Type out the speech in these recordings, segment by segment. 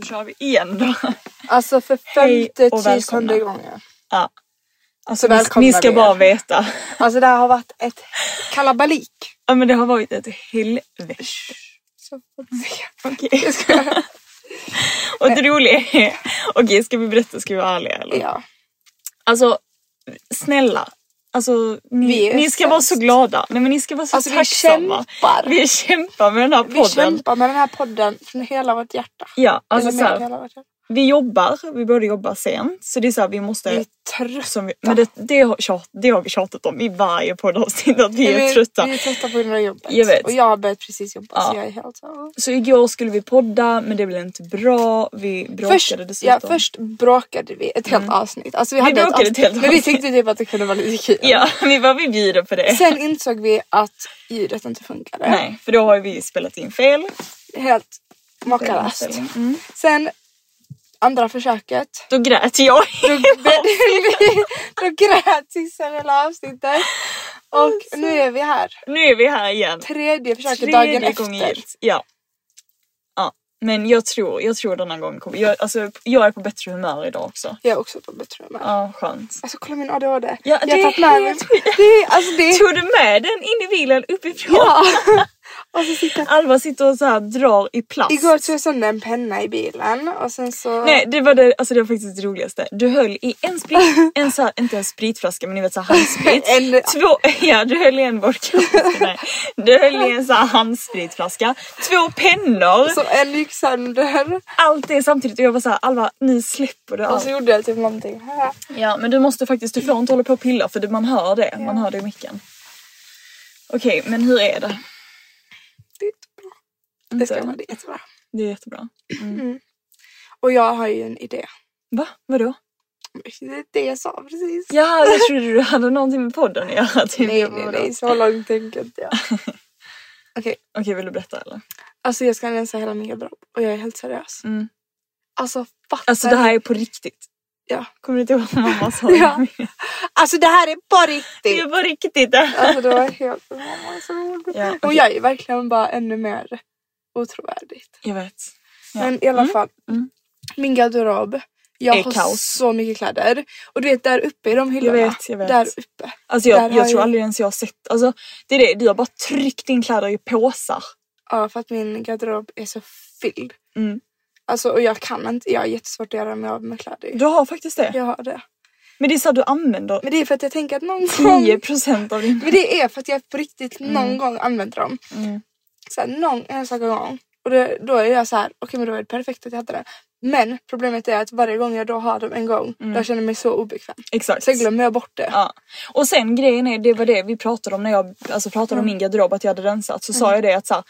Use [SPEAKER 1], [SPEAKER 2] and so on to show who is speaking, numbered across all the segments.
[SPEAKER 1] Då kör vi igen då.
[SPEAKER 2] Alltså för
[SPEAKER 1] Hej
[SPEAKER 2] femte
[SPEAKER 1] och välkomna.
[SPEAKER 2] tusende gånger.
[SPEAKER 1] Ja. Alltså,
[SPEAKER 2] Så välkomna
[SPEAKER 1] ni, ni ska
[SPEAKER 2] vi er.
[SPEAKER 1] bara veta.
[SPEAKER 2] Alltså det här har varit ett kalabalik.
[SPEAKER 1] Ja men det har varit ett helvete.
[SPEAKER 2] Så får vi se.
[SPEAKER 1] Okej.
[SPEAKER 2] Jag skojar.
[SPEAKER 1] Och det roliga är... Okej ska vi berätta, ska vi vara ärliga eller?
[SPEAKER 2] Ja.
[SPEAKER 1] Alltså snälla. Alltså
[SPEAKER 2] Vi
[SPEAKER 1] ni,
[SPEAKER 2] är
[SPEAKER 1] ni ska
[SPEAKER 2] sämst.
[SPEAKER 1] vara så glada. Nej men ni ska vara så
[SPEAKER 2] Alltså, vi
[SPEAKER 1] tacksamma.
[SPEAKER 2] kämpar.
[SPEAKER 1] Vi kämpar med den här podden.
[SPEAKER 2] Vi kämpar med den här podden från hela vårt hjärta.
[SPEAKER 1] Ja alltså
[SPEAKER 2] Eller
[SPEAKER 1] så
[SPEAKER 2] med
[SPEAKER 1] här,
[SPEAKER 2] hela vårt hjärta.
[SPEAKER 1] vi jobbar, vi borde jobba sent. Så det är så här, vi måste...
[SPEAKER 2] Vi är trötta.
[SPEAKER 1] Som vi, men det, det, har tjat, det har vi tjatat om i varje poddavsnitt att vi är trötta.
[SPEAKER 2] Vi är trötta på grund av jobbet.
[SPEAKER 1] Jag vet.
[SPEAKER 2] Och jag har börjat precis jobba
[SPEAKER 1] Ja.
[SPEAKER 2] så jag är helt så...
[SPEAKER 1] Så igår skulle vi podda men det blev inte bra. Vi bråkade
[SPEAKER 2] Först,
[SPEAKER 1] dessutom. Mm.
[SPEAKER 2] ja, först bråkade vi ett helt avsnitt. Alltså vi,
[SPEAKER 1] Vi
[SPEAKER 2] hade ett
[SPEAKER 1] bråkade ett
[SPEAKER 2] avsnitt,
[SPEAKER 1] helt
[SPEAKER 2] Men vi
[SPEAKER 1] avsnitt.
[SPEAKER 2] tyckte typ att det kunde vara lite kul.
[SPEAKER 1] Ja, vi var vi bjuder på det.
[SPEAKER 2] Sen insåg vi att ljudet inte funkade.
[SPEAKER 1] Nej, för då har vi spelat in fel.
[SPEAKER 2] Helt makalöst.
[SPEAKER 1] Mm.
[SPEAKER 2] Sen andra försöket.
[SPEAKER 1] Då grät jag.
[SPEAKER 2] Då, då grät Sissan hela avsnittet.
[SPEAKER 1] Alltså.
[SPEAKER 2] Och nu är vi här.
[SPEAKER 1] Nu är vi här igen.
[SPEAKER 2] Tredje försöket dagen
[SPEAKER 1] gången
[SPEAKER 2] efter.
[SPEAKER 1] gillt. Ja. ja. Men jag tror, jag tror denna gången kommer... Jag, alltså, jag är på bättre humör idag också.
[SPEAKER 2] Jag är också på bättre humör.
[SPEAKER 1] Ja, skönt.
[SPEAKER 2] Alltså kolla min ADHD.
[SPEAKER 1] Ja,
[SPEAKER 2] jag
[SPEAKER 1] det är
[SPEAKER 2] har tagit med mig.
[SPEAKER 1] helt
[SPEAKER 2] Det är, alltså det är...
[SPEAKER 1] Tog du med den in i bilen uppifrån?
[SPEAKER 2] Ja. och så sitter
[SPEAKER 1] Alva sitter och så här drar i plast.
[SPEAKER 2] Igår tog jag sönder en penna i bilen och sen så...
[SPEAKER 1] Nej det var det, alltså det var faktiskt det roligaste. Du höll i en sprit, en så här, inte en spritflaska men ni vet så här handsprit.
[SPEAKER 2] En-
[SPEAKER 1] Två, ja du höll i en vodka. Nej, du höll i en så här handspritflaska. Två pennor.
[SPEAKER 2] Så en gick sönder
[SPEAKER 1] Allt det samtidigt och jag var så här Alva nu släpper du
[SPEAKER 2] och
[SPEAKER 1] allt.
[SPEAKER 2] så gjorde jag typ någonting här.
[SPEAKER 1] Ja men du måste faktiskt, du får inte hålla på och pilla för det, man hör det. Man hör det i micken. Okej men hur är det?
[SPEAKER 2] Det är jättebra. Det ska vara det är jättebra.
[SPEAKER 1] Det är jättebra.
[SPEAKER 2] Och jag har ju en idé.
[SPEAKER 1] Va? Vadå?
[SPEAKER 2] Det är det jag sa precis.
[SPEAKER 1] Ja jag trodde du hade någonting med podden att göra. Typ.
[SPEAKER 2] Nej nej
[SPEAKER 1] Vadå?
[SPEAKER 2] nej, så långt tänker inte jag. Okej,
[SPEAKER 1] Okej vill du berätta eller?
[SPEAKER 2] alltså jag ska rensa hela min garderob och jag är helt seriös.
[SPEAKER 1] Mm.
[SPEAKER 2] Alltså fattar
[SPEAKER 1] Alltså det här är på riktigt.
[SPEAKER 2] Ja.
[SPEAKER 1] Kommer du inte ihåg vad mamma sa?
[SPEAKER 2] Ja. Alltså det här är på
[SPEAKER 1] Det är
[SPEAKER 2] riktigt!
[SPEAKER 1] på riktigt det här.
[SPEAKER 2] Alltså det var helt... Mamma är så rolig.
[SPEAKER 1] Ja,
[SPEAKER 2] Och
[SPEAKER 1] okej.
[SPEAKER 2] jag är verkligen bara ännu mer otrovärdigt.
[SPEAKER 1] Jag vet. Ja.
[SPEAKER 2] Men i alla fall.
[SPEAKER 1] mm.
[SPEAKER 2] Min garderob. Jag
[SPEAKER 1] Är
[SPEAKER 2] har
[SPEAKER 1] kaos.
[SPEAKER 2] så mycket kläder. Och du vet där uppe i de hyllorna.
[SPEAKER 1] vet, jag vet.
[SPEAKER 2] Där uppe.
[SPEAKER 1] Alltså
[SPEAKER 2] Där
[SPEAKER 1] jag,
[SPEAKER 2] har
[SPEAKER 1] jag tror
[SPEAKER 2] jag-
[SPEAKER 1] aldrig ens jag har sett. Alltså det är det, du har bara tryckt in kläder i påsar.
[SPEAKER 2] Ja för att min garderob är så fylld.
[SPEAKER 1] Mm.
[SPEAKER 2] Alltså och jag kan inte. Jag har jättesvårt att göra mig av med kläder.
[SPEAKER 1] Du har faktiskt det.
[SPEAKER 2] Jag har det.
[SPEAKER 1] Men det är så att du använder
[SPEAKER 2] Men det är för att jag tänker att någon gång.
[SPEAKER 1] 10% av din...
[SPEAKER 2] Men det är för att jag på riktigt någon gång använder dem.
[SPEAKER 1] Mm.
[SPEAKER 2] så här, någon enstaka gång. Och det, då är jag så här, okej men då är det perfekt att jag hade det. Men problemet är att varje gång jag då har dem en gång, då jag känner jag mig så obekväm.
[SPEAKER 1] Mm. Exakt.
[SPEAKER 2] Så glömmer jag bort det.
[SPEAKER 1] Ja. Och sen grejen är, det var det vi pratade om när jag alltså, pratade
[SPEAKER 2] Mm.
[SPEAKER 1] om min garderob, att jag hade rensat. Så sa jag det att så här,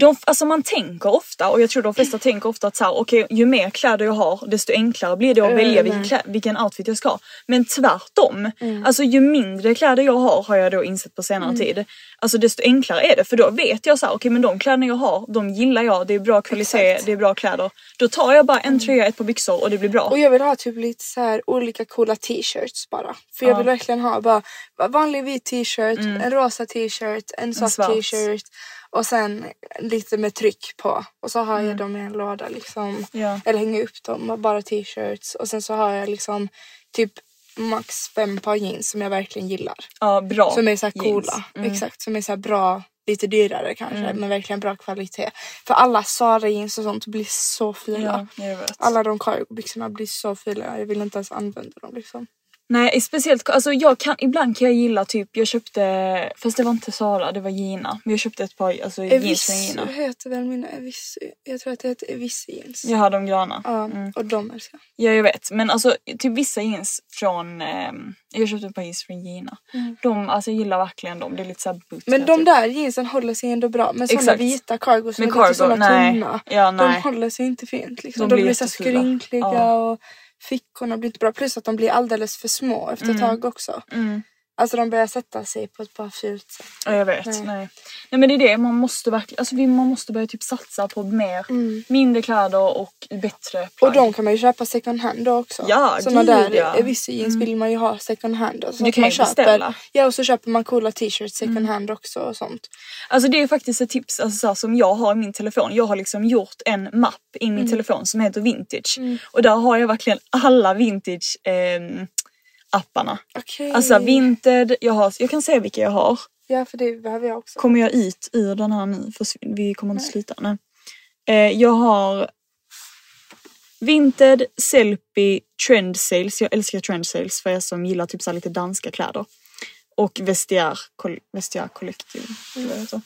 [SPEAKER 1] de, alltså man tänker ofta och jag tror de flesta tänker ofta att så här, okej, ju mer kläder jag har desto enklare blir det att
[SPEAKER 2] Mm,
[SPEAKER 1] välja vilken, klä, vilken outfit jag ska ha. Men tvärtom.
[SPEAKER 2] Mm.
[SPEAKER 1] Alltså ju mindre kläder jag har har jag då insett på senare tid. Alltså desto enklare är det för då vet jag så här, okej men de kläderna jag har de gillar jag, det är bra kvalitet, det är bra kläder. Då tar jag bara en tröja, ett par byxor och det blir bra.
[SPEAKER 2] Mm. Och jag vill ha typ lite så här olika coola t-shirts bara. För jag vill verkligen ha bara vanlig vit t-shirt, en rosa t-shirt, en soft
[SPEAKER 1] Mm. svart.
[SPEAKER 2] t-shirt och sen lite med tryck på. Och så har jag dem i en låda liksom.
[SPEAKER 1] Mm. Ja.
[SPEAKER 2] Eller hänger upp dem och bara t-shirts. Och sen så har jag liksom typ max fem par jeans som jag verkligen gillar.
[SPEAKER 1] Ja, bra.
[SPEAKER 2] Som är så här
[SPEAKER 1] jeans. Mm.
[SPEAKER 2] coola. Exakt, som är så här bra. Lite dyrare kanske men verkligen bra kvalitet. För alla Zara jeans och sånt blir så fina.
[SPEAKER 1] Ja, jag vet.
[SPEAKER 2] Alla de cargo-byxorna blir så fula. Jag vill inte ens använda dem liksom.
[SPEAKER 1] Nej, speciellt alltså jag kan, ibland kan jag gilla typ, jag köpte, fast det var inte Sara, det var Gina. Men jag köpte ett par alltså,
[SPEAKER 2] Eh,
[SPEAKER 1] jeans från
[SPEAKER 2] Evisu
[SPEAKER 1] Gina.
[SPEAKER 2] heter väl mina Evisu. Jag tror att det heter Evisu jeans.
[SPEAKER 1] Jag har de gröna.
[SPEAKER 2] Ja, och de älskar jag.
[SPEAKER 1] Ja, jag vet. Men alltså typ vissa jeans från, ehm, jag köpte ett par jeans från Gina. De, alltså jag gillar verkligen dem. Det är lite såhär boot.
[SPEAKER 2] Mm. Men de där jeansen håller sig ändå bra. Men såna
[SPEAKER 1] Exakt.
[SPEAKER 2] vita cargos som
[SPEAKER 1] Men
[SPEAKER 2] är lite
[SPEAKER 1] cargo,
[SPEAKER 2] såna
[SPEAKER 1] nej.
[SPEAKER 2] tunna.
[SPEAKER 1] Ja, nej.
[SPEAKER 2] De håller sig inte fint. Liksom.
[SPEAKER 1] De
[SPEAKER 2] De,
[SPEAKER 1] blir
[SPEAKER 2] blir så här
[SPEAKER 1] jättefula.
[SPEAKER 2] skrynkliga
[SPEAKER 1] Ja.
[SPEAKER 2] och fickorna blir inte bra. Plus att de blir alldeles för små efter ett tag också.
[SPEAKER 1] Mm.
[SPEAKER 2] Alltså de börjar sätta sig på ett bara fult sätt.
[SPEAKER 1] Ja, jag vet. Nej. Nej. men det är det man måste verkligen, alltså vi- man måste börja typ satsa på mer, mindre kläder och bättre plagg.
[SPEAKER 2] Mm. Och de kan man ju köpa second hand då också.
[SPEAKER 1] Ja,
[SPEAKER 2] Såna
[SPEAKER 1] gud,
[SPEAKER 2] där
[SPEAKER 1] ja. Mm.
[SPEAKER 2] eh, vissa jeans vill man ju ha second hand. Alltså, så
[SPEAKER 1] Du
[SPEAKER 2] att
[SPEAKER 1] kan
[SPEAKER 2] man
[SPEAKER 1] ju beställa. Mm.
[SPEAKER 2] Ja och så köper man coola t-shirts second hand också och sånt.
[SPEAKER 1] Alltså det är faktiskt ett tips alltså, så här, som jag har i min telefon. Jag har liksom gjort en mapp i min telefon som heter vintage. Och där har jag verkligen alla vintage ehm, apparna.
[SPEAKER 2] Okej.
[SPEAKER 1] Alltså vinted, jag, har, jag kan säga vilka jag har.
[SPEAKER 2] Ja för det behöver jag också.
[SPEAKER 1] Kommer jag ut ur den här nu? Försvin- Vi kommer inte sluta. Nej. Eh, jag har Vinted, Sellpy, Trend Sales. Jag älskar Trend Sales för er som gillar typ så här lite danska kläder. Och Vestiaire, Col- Vestiaire Collective. eller vad det heter,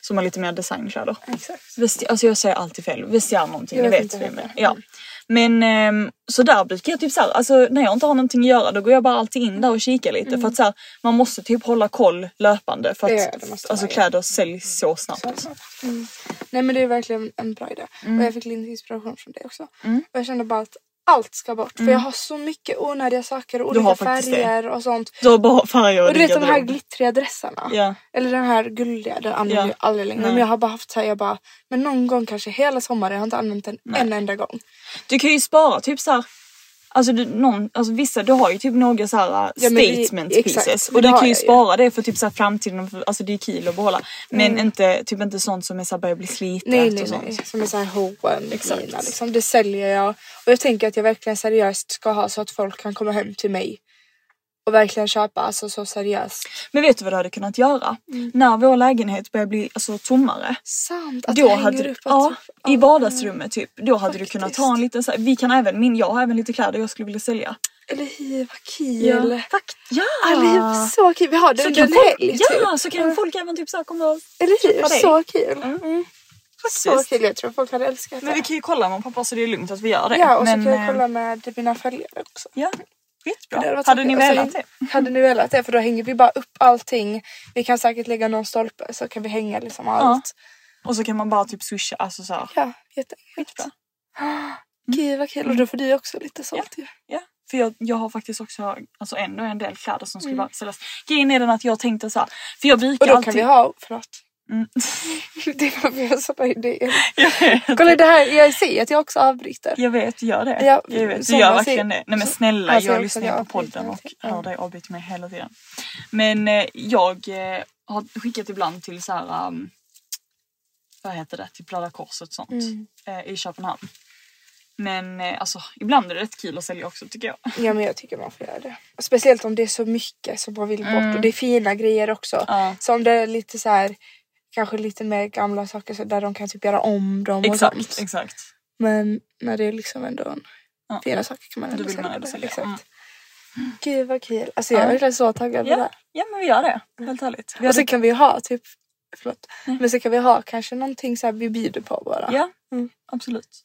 [SPEAKER 1] Som har lite mer designkläder.
[SPEAKER 2] Exakt.
[SPEAKER 1] Vesti- alltså jag säger alltid fel. Vestiaire någonting,
[SPEAKER 2] Jag
[SPEAKER 1] ni
[SPEAKER 2] vet
[SPEAKER 1] vet
[SPEAKER 2] inte
[SPEAKER 1] vad jag
[SPEAKER 2] vad det
[SPEAKER 1] menar. Ja. Men ehm, så där brukar jag typ såhär, alltså när jag inte har någonting att göra då går jag bara alltid in där och kikar lite för att såhär, man måste typ hålla koll löpande för att
[SPEAKER 2] Mm. Ja, det måste
[SPEAKER 1] alltså,
[SPEAKER 2] man göra.
[SPEAKER 1] kläder säljs så snabbt.
[SPEAKER 2] Mm. Nej men det är verkligen en bra idé.
[SPEAKER 1] Mm.
[SPEAKER 2] Och jag fick lite inspiration från dig också. Och jag kände bara att allt ska bort. För jag har så mycket onödiga saker och
[SPEAKER 1] Mm. Du har
[SPEAKER 2] olika
[SPEAKER 1] faktiskt det.
[SPEAKER 2] färger och sånt.
[SPEAKER 1] Du har bara färger
[SPEAKER 2] Och du vet
[SPEAKER 1] din
[SPEAKER 2] de här
[SPEAKER 1] garderob.
[SPEAKER 2] glittriga dressarna.
[SPEAKER 1] Ja.
[SPEAKER 2] Eller den här gulliga, den använder
[SPEAKER 1] Ja.
[SPEAKER 2] jag aldrig längre.
[SPEAKER 1] Nej.
[SPEAKER 2] Men jag har bara haft så här, jag bara, men någon gång kanske hela sommaren, jag har inte använt den en enda gång.
[SPEAKER 1] Du kan ju spara typ såhär Alltså, du, någon, alltså vissa, du har ju typ några så här äh,
[SPEAKER 2] Ja, men det-
[SPEAKER 1] statement
[SPEAKER 2] exakt,
[SPEAKER 1] pieces
[SPEAKER 2] men
[SPEAKER 1] och
[SPEAKER 2] det
[SPEAKER 1] du
[SPEAKER 2] har
[SPEAKER 1] kan ju
[SPEAKER 2] jag ju.
[SPEAKER 1] spara det för typ så här framtiden, och för- alltså det är kul att behålla. Men inte, typ inte sånt som är så här börjar bli slitet
[SPEAKER 2] Mm. Nej,
[SPEAKER 1] och
[SPEAKER 2] nej,
[SPEAKER 1] sånt.
[SPEAKER 2] nej. Som är så här H&M
[SPEAKER 1] Exakt.
[SPEAKER 2] mina, liksom. Det säljer jag. Och jag tänker att jag verkligen seriöst ska ha så att folk kan komma hem till mig. Och verkligen köpa, alltså så seriöst.
[SPEAKER 1] Men vet du vad du hade kunnat göra? När vår lägenhet börjar bli alltså, tommare.
[SPEAKER 2] Sant! Att
[SPEAKER 1] då
[SPEAKER 2] jag hänger
[SPEAKER 1] hade du,
[SPEAKER 2] upp
[SPEAKER 1] ja,
[SPEAKER 2] att-
[SPEAKER 1] i vardagsrummet typ. Då hade
[SPEAKER 2] Faktiskt.
[SPEAKER 1] du kunnat ha en liten så här, vi kan även, min, jag har även lite kläder jag skulle vilja sälja.
[SPEAKER 2] Eller hiva kil.
[SPEAKER 1] Fakt, ja.
[SPEAKER 2] Eller hur? Så kul! Vi har det
[SPEAKER 1] Så
[SPEAKER 2] under
[SPEAKER 1] kan
[SPEAKER 2] en
[SPEAKER 1] folk,
[SPEAKER 2] helg typ.
[SPEAKER 1] ja, så kan folk även typ söka om oss.
[SPEAKER 2] Eller
[SPEAKER 1] träffa dig.
[SPEAKER 2] hur? Så kul! Mm. Så
[SPEAKER 1] Precis.
[SPEAKER 2] kul, jag tror folk hade älskat
[SPEAKER 1] Men
[SPEAKER 2] det.
[SPEAKER 1] vi kan ju kolla med om pappa så det är lugnt att vi gör det.
[SPEAKER 2] Ja, och
[SPEAKER 1] Men,
[SPEAKER 2] så kan
[SPEAKER 1] eh,
[SPEAKER 2] jag kolla med mina följare också.
[SPEAKER 1] Ja,
[SPEAKER 2] Det
[SPEAKER 1] skitbra.
[SPEAKER 2] varit
[SPEAKER 1] Hade
[SPEAKER 2] så
[SPEAKER 1] ni
[SPEAKER 2] kul. Och så
[SPEAKER 1] velat det?
[SPEAKER 2] Hade ni velat det? För då hänger vi bara upp allting. Vi kan säkert lägga någon stolpe så kan vi hänga liksom allt.
[SPEAKER 1] Och så kan man bara typ swisha, alltså så här.
[SPEAKER 2] Ja, jätteenkelt.
[SPEAKER 1] Skitbra. Mm.
[SPEAKER 2] Ah, Gud vad kul. Och då får du också lite sånt ju.
[SPEAKER 1] Ja, för jag, jag har faktiskt också alltså ändå en del kläder som skulle mm. säljas. Grejen är den att jag tänkte så här, för jag brukar
[SPEAKER 2] Och då
[SPEAKER 1] alltid...
[SPEAKER 2] kan vi ha... Förlåt.
[SPEAKER 1] Mm.
[SPEAKER 2] Det var vi har sådana idéer.
[SPEAKER 1] Jag vet.
[SPEAKER 2] Kolla det här, jag ser att jag också avbryter.
[SPEAKER 1] Jag vet, gör det.
[SPEAKER 2] Ja,
[SPEAKER 1] jag vet. Du
[SPEAKER 2] som
[SPEAKER 1] gör
[SPEAKER 2] man
[SPEAKER 1] verkligen
[SPEAKER 2] ser-
[SPEAKER 1] det. Nej men
[SPEAKER 2] så-
[SPEAKER 1] snälla,
[SPEAKER 2] alltså,
[SPEAKER 1] jag
[SPEAKER 2] jag
[SPEAKER 1] lyssnar
[SPEAKER 2] ska
[SPEAKER 1] ju på
[SPEAKER 2] göra
[SPEAKER 1] podden och
[SPEAKER 2] avbrytning.
[SPEAKER 1] hör dig avbryta mig hela tiden. Men eh, jag eh, har skickat ibland till så här, um, vad heter det, till Blöda korset och sånt
[SPEAKER 2] Mm.
[SPEAKER 1] eh, i Köpenhamn. Men eh, alltså ibland är det rätt kul att sälja också tycker jag.
[SPEAKER 2] Ja men jag tycker man får göra det. Speciellt om det är så mycket som man vill bort och det är fina grejer också.
[SPEAKER 1] Mm. Ja.
[SPEAKER 2] Så om det är lite så här kanske lite mer gamla saker så där de kan typ göra om dem och
[SPEAKER 1] Exakt,
[SPEAKER 2] sånt.
[SPEAKER 1] exakt.
[SPEAKER 2] Men när det är liksom ändå en,
[SPEAKER 1] Ja.
[SPEAKER 2] fina saker kan man
[SPEAKER 1] Då
[SPEAKER 2] ändå
[SPEAKER 1] vill man
[SPEAKER 2] sälja
[SPEAKER 1] ändå
[SPEAKER 2] det.
[SPEAKER 1] sälja.
[SPEAKER 2] Exakt.
[SPEAKER 1] Mm.
[SPEAKER 2] Gud vad kul. Alltså jag är
[SPEAKER 1] Ja.
[SPEAKER 2] verkligen så taggad på det
[SPEAKER 1] Ja,
[SPEAKER 2] här.
[SPEAKER 1] ja men vi gör det, helt ärligt. Vi
[SPEAKER 2] Och så
[SPEAKER 1] hade,
[SPEAKER 2] kan vi ha typ Förlåt. Men så kan vi ha kanske någonting så här vi bjuder på bara.
[SPEAKER 1] Ja,
[SPEAKER 2] Mm.
[SPEAKER 1] absolut.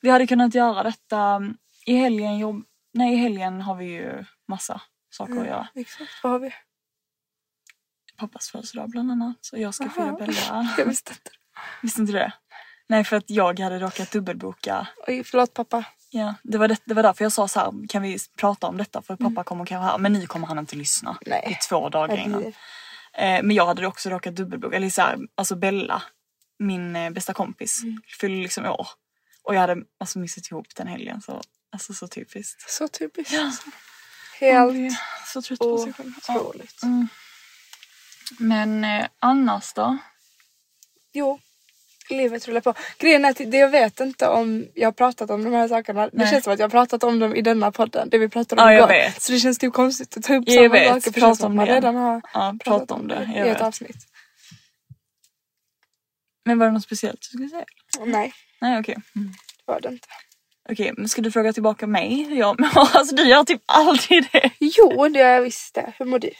[SPEAKER 1] Vi hade kunnat göra detta mm, i helgen. Jobb... Nej, i helgen har vi ju massa saker
[SPEAKER 2] Mm.
[SPEAKER 1] att göra.
[SPEAKER 2] Exakt, vad har vi?
[SPEAKER 1] Pappas födelsedag bland annat och jag ska
[SPEAKER 2] Aha.
[SPEAKER 1] fira Bella.
[SPEAKER 2] Jag visste inte.
[SPEAKER 1] Visste inte du det? Nej, för att jag hade råkat dubbelboka.
[SPEAKER 2] Oj, förlåt pappa.
[SPEAKER 1] Ja, det, var det, det var därför jag sa så här, kan vi prata om detta för pappa kommer kanske här. Men nu kommer han inte lyssna.
[SPEAKER 2] Mm. Nej.
[SPEAKER 1] Det är två dagar
[SPEAKER 2] Jag
[SPEAKER 1] innan.
[SPEAKER 2] blir-
[SPEAKER 1] Eh, men jag hade också råkat dubbelboka. Eller så här, alltså Bella, min eh, bästa kompis,
[SPEAKER 2] Mm.
[SPEAKER 1] fyllde liksom år. Och jag hade alltså, missat ihop den helgen. Så, alltså så typiskt.
[SPEAKER 2] Så typiskt. alltså.
[SPEAKER 1] Man blir
[SPEAKER 2] Helt
[SPEAKER 1] Så trött på sig själv. Ja.
[SPEAKER 2] otroligt.
[SPEAKER 1] Men eh, annars då?
[SPEAKER 2] Jo, livet rullar på. Grejen är att det jag vet inte om jag har pratat om de här sakerna. Det
[SPEAKER 1] Nej.
[SPEAKER 2] känns som att jag har pratat om dem i denna podden, det vi pratade om
[SPEAKER 1] Ja, jag
[SPEAKER 2] igår.
[SPEAKER 1] vet.
[SPEAKER 2] Så det känns typ konstigt att ta upp
[SPEAKER 1] Jag
[SPEAKER 2] samma
[SPEAKER 1] vet,
[SPEAKER 2] saker.
[SPEAKER 1] prata
[SPEAKER 2] Precis som
[SPEAKER 1] om
[SPEAKER 2] man
[SPEAKER 1] det.
[SPEAKER 2] redan har
[SPEAKER 1] Ja, prata om det. Jag
[SPEAKER 2] i ett
[SPEAKER 1] vet.
[SPEAKER 2] avsnitt.
[SPEAKER 1] Men var det något speciellt du skulle säga?
[SPEAKER 2] Nej,
[SPEAKER 1] Nej okej.
[SPEAKER 2] det var det inte.
[SPEAKER 1] Okej, men ska du fråga tillbaka mig hur jag mår? Alltså du gör typ aldrig det.
[SPEAKER 2] Jo, det gör jag visst det. Hur mår du?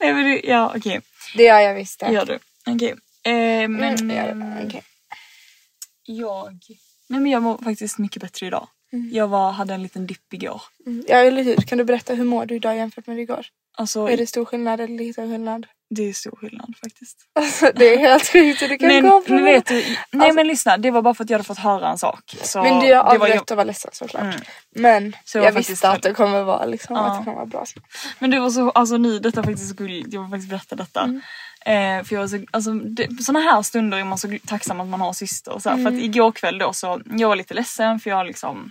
[SPEAKER 1] Nej, men du, ja okej,
[SPEAKER 2] Det gör jag visst det.
[SPEAKER 1] det gör du. Okej. Eh, men
[SPEAKER 2] Mm, det gör
[SPEAKER 1] ehm,
[SPEAKER 2] jag. Okej.
[SPEAKER 1] jag... Nej men jag mår faktiskt mycket bättre idag. Jag var, hade en liten dipp igår.
[SPEAKER 2] Mm. Ja, eller hur? Kan du berätta hur mår du idag jämfört med igår?
[SPEAKER 1] Alltså
[SPEAKER 2] Är det stor skillnad eller liten skillnad?
[SPEAKER 1] det är stor skillnad faktiskt.
[SPEAKER 2] Alltså, det är helt sjukt. hur Du kan
[SPEAKER 1] Men,
[SPEAKER 2] gå från
[SPEAKER 1] men
[SPEAKER 2] det.
[SPEAKER 1] vet du, nej men lyssna det var bara för att jag hade fått höra en sak. Så
[SPEAKER 2] Men du har
[SPEAKER 1] det var
[SPEAKER 2] all
[SPEAKER 1] jag-
[SPEAKER 2] rätt att vara ledsen såklart.
[SPEAKER 1] Mm.
[SPEAKER 2] Men
[SPEAKER 1] Så det var
[SPEAKER 2] jag
[SPEAKER 1] faktiskt
[SPEAKER 2] visste att
[SPEAKER 1] väl-
[SPEAKER 2] det kommer vara liksom,
[SPEAKER 1] Ja.
[SPEAKER 2] att det kommer vara bra.
[SPEAKER 1] Men det var så, alltså ni, detta är faktiskt så gulligt. Jag vill faktiskt berätta detta.
[SPEAKER 2] Mm.
[SPEAKER 1] Eh, för jag var så, alltså, det, såna här stunder är man så tacksam att man har syster. Så här, För
[SPEAKER 2] Mm.
[SPEAKER 1] att igår kväll då så, jag var lite ledsen för jag har liksom,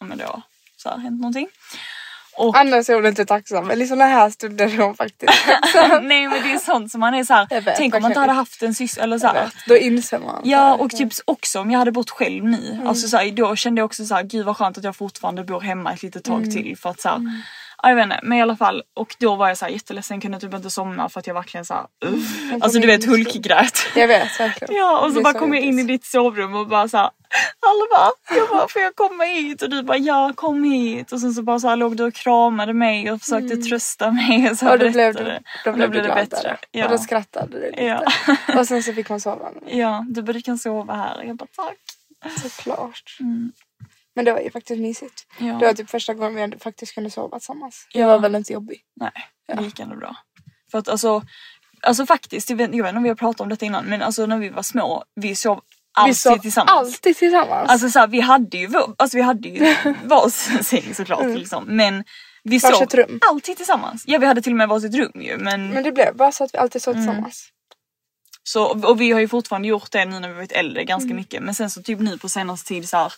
[SPEAKER 1] ja men då, så här, hänt någonting.
[SPEAKER 2] Annars är hon inte tacksam. Men i sådana här stunder är hon faktiskt
[SPEAKER 1] Nej men det är sånt som man är så här,
[SPEAKER 2] Jag vet,
[SPEAKER 1] tänk om man inte
[SPEAKER 2] verkligen.
[SPEAKER 1] hade haft en syster eller så här.
[SPEAKER 2] Då inser man.
[SPEAKER 1] Ja och typ också om jag hade bott själv nu.
[SPEAKER 2] Mm.
[SPEAKER 1] Alltså så här, då kände jag också så här, gud vad skönt att jag fortfarande bor hemma ett litet
[SPEAKER 2] Mm.
[SPEAKER 1] tag till för att så här, ja, jag vet inte, men i alla fall och då var jag så här jätteledsen, kunde typ inte somna för att jag verkligen så här, uff. alltså du
[SPEAKER 2] Mm. in
[SPEAKER 1] vet
[SPEAKER 2] i ditt
[SPEAKER 1] hulkgrät.
[SPEAKER 2] Jag vet verkligen.
[SPEAKER 1] Ja och
[SPEAKER 2] Det
[SPEAKER 1] så
[SPEAKER 2] är
[SPEAKER 1] bara kom jag in i
[SPEAKER 2] jobbigt.
[SPEAKER 1] ditt sovrum och bara såhär Alva, jag bara får jag komma hit? Och du bara ja kom hit och sen så bara så här, låg du och kramade mig och försökte trösta mig. Och, så här,
[SPEAKER 2] Och Mm. då blev,
[SPEAKER 1] berättade.
[SPEAKER 2] du, då blev du
[SPEAKER 1] det
[SPEAKER 2] gladare. Och
[SPEAKER 1] Ja.
[SPEAKER 2] då skrattade du lite.
[SPEAKER 1] Ja.
[SPEAKER 2] Och sen så fick man sova med mig,
[SPEAKER 1] ja, du bara du kan sova här. Jag bara tack.
[SPEAKER 2] såklart. Men det var ju faktiskt mysigt.
[SPEAKER 1] Mm. Ja.
[SPEAKER 2] Det var typ första gången vi ändå faktiskt kunde sova tillsammans.
[SPEAKER 1] Ja.
[SPEAKER 2] Det var väldigt jobbigt.
[SPEAKER 1] Nej, det gick ändå bra. För att alltså, alltså faktiskt, jag vet jag vet inte om vi har pratat om detta innan men alltså när vi var små vi sov alltid
[SPEAKER 2] Vi sov
[SPEAKER 1] tillsammans.
[SPEAKER 2] alltid tillsammans.
[SPEAKER 1] Alltså såhär, vi hade ju, vår- alltså, vi hade ju varsin säng såklart liksom. Men vi
[SPEAKER 2] Mm. Varsitt
[SPEAKER 1] sov
[SPEAKER 2] rum.
[SPEAKER 1] alltid tillsammans. Ja vi hade till och med varsitt rum ju. Men,
[SPEAKER 2] Mm. Men det blev bara så att vi alltid sov
[SPEAKER 1] Mm.
[SPEAKER 2] tillsammans.
[SPEAKER 1] Så, och vi har ju fortfarande gjort det nu när vi varit äldre ganska
[SPEAKER 2] Mm.
[SPEAKER 1] mycket. Men sen så typ nu på senaste tid så här,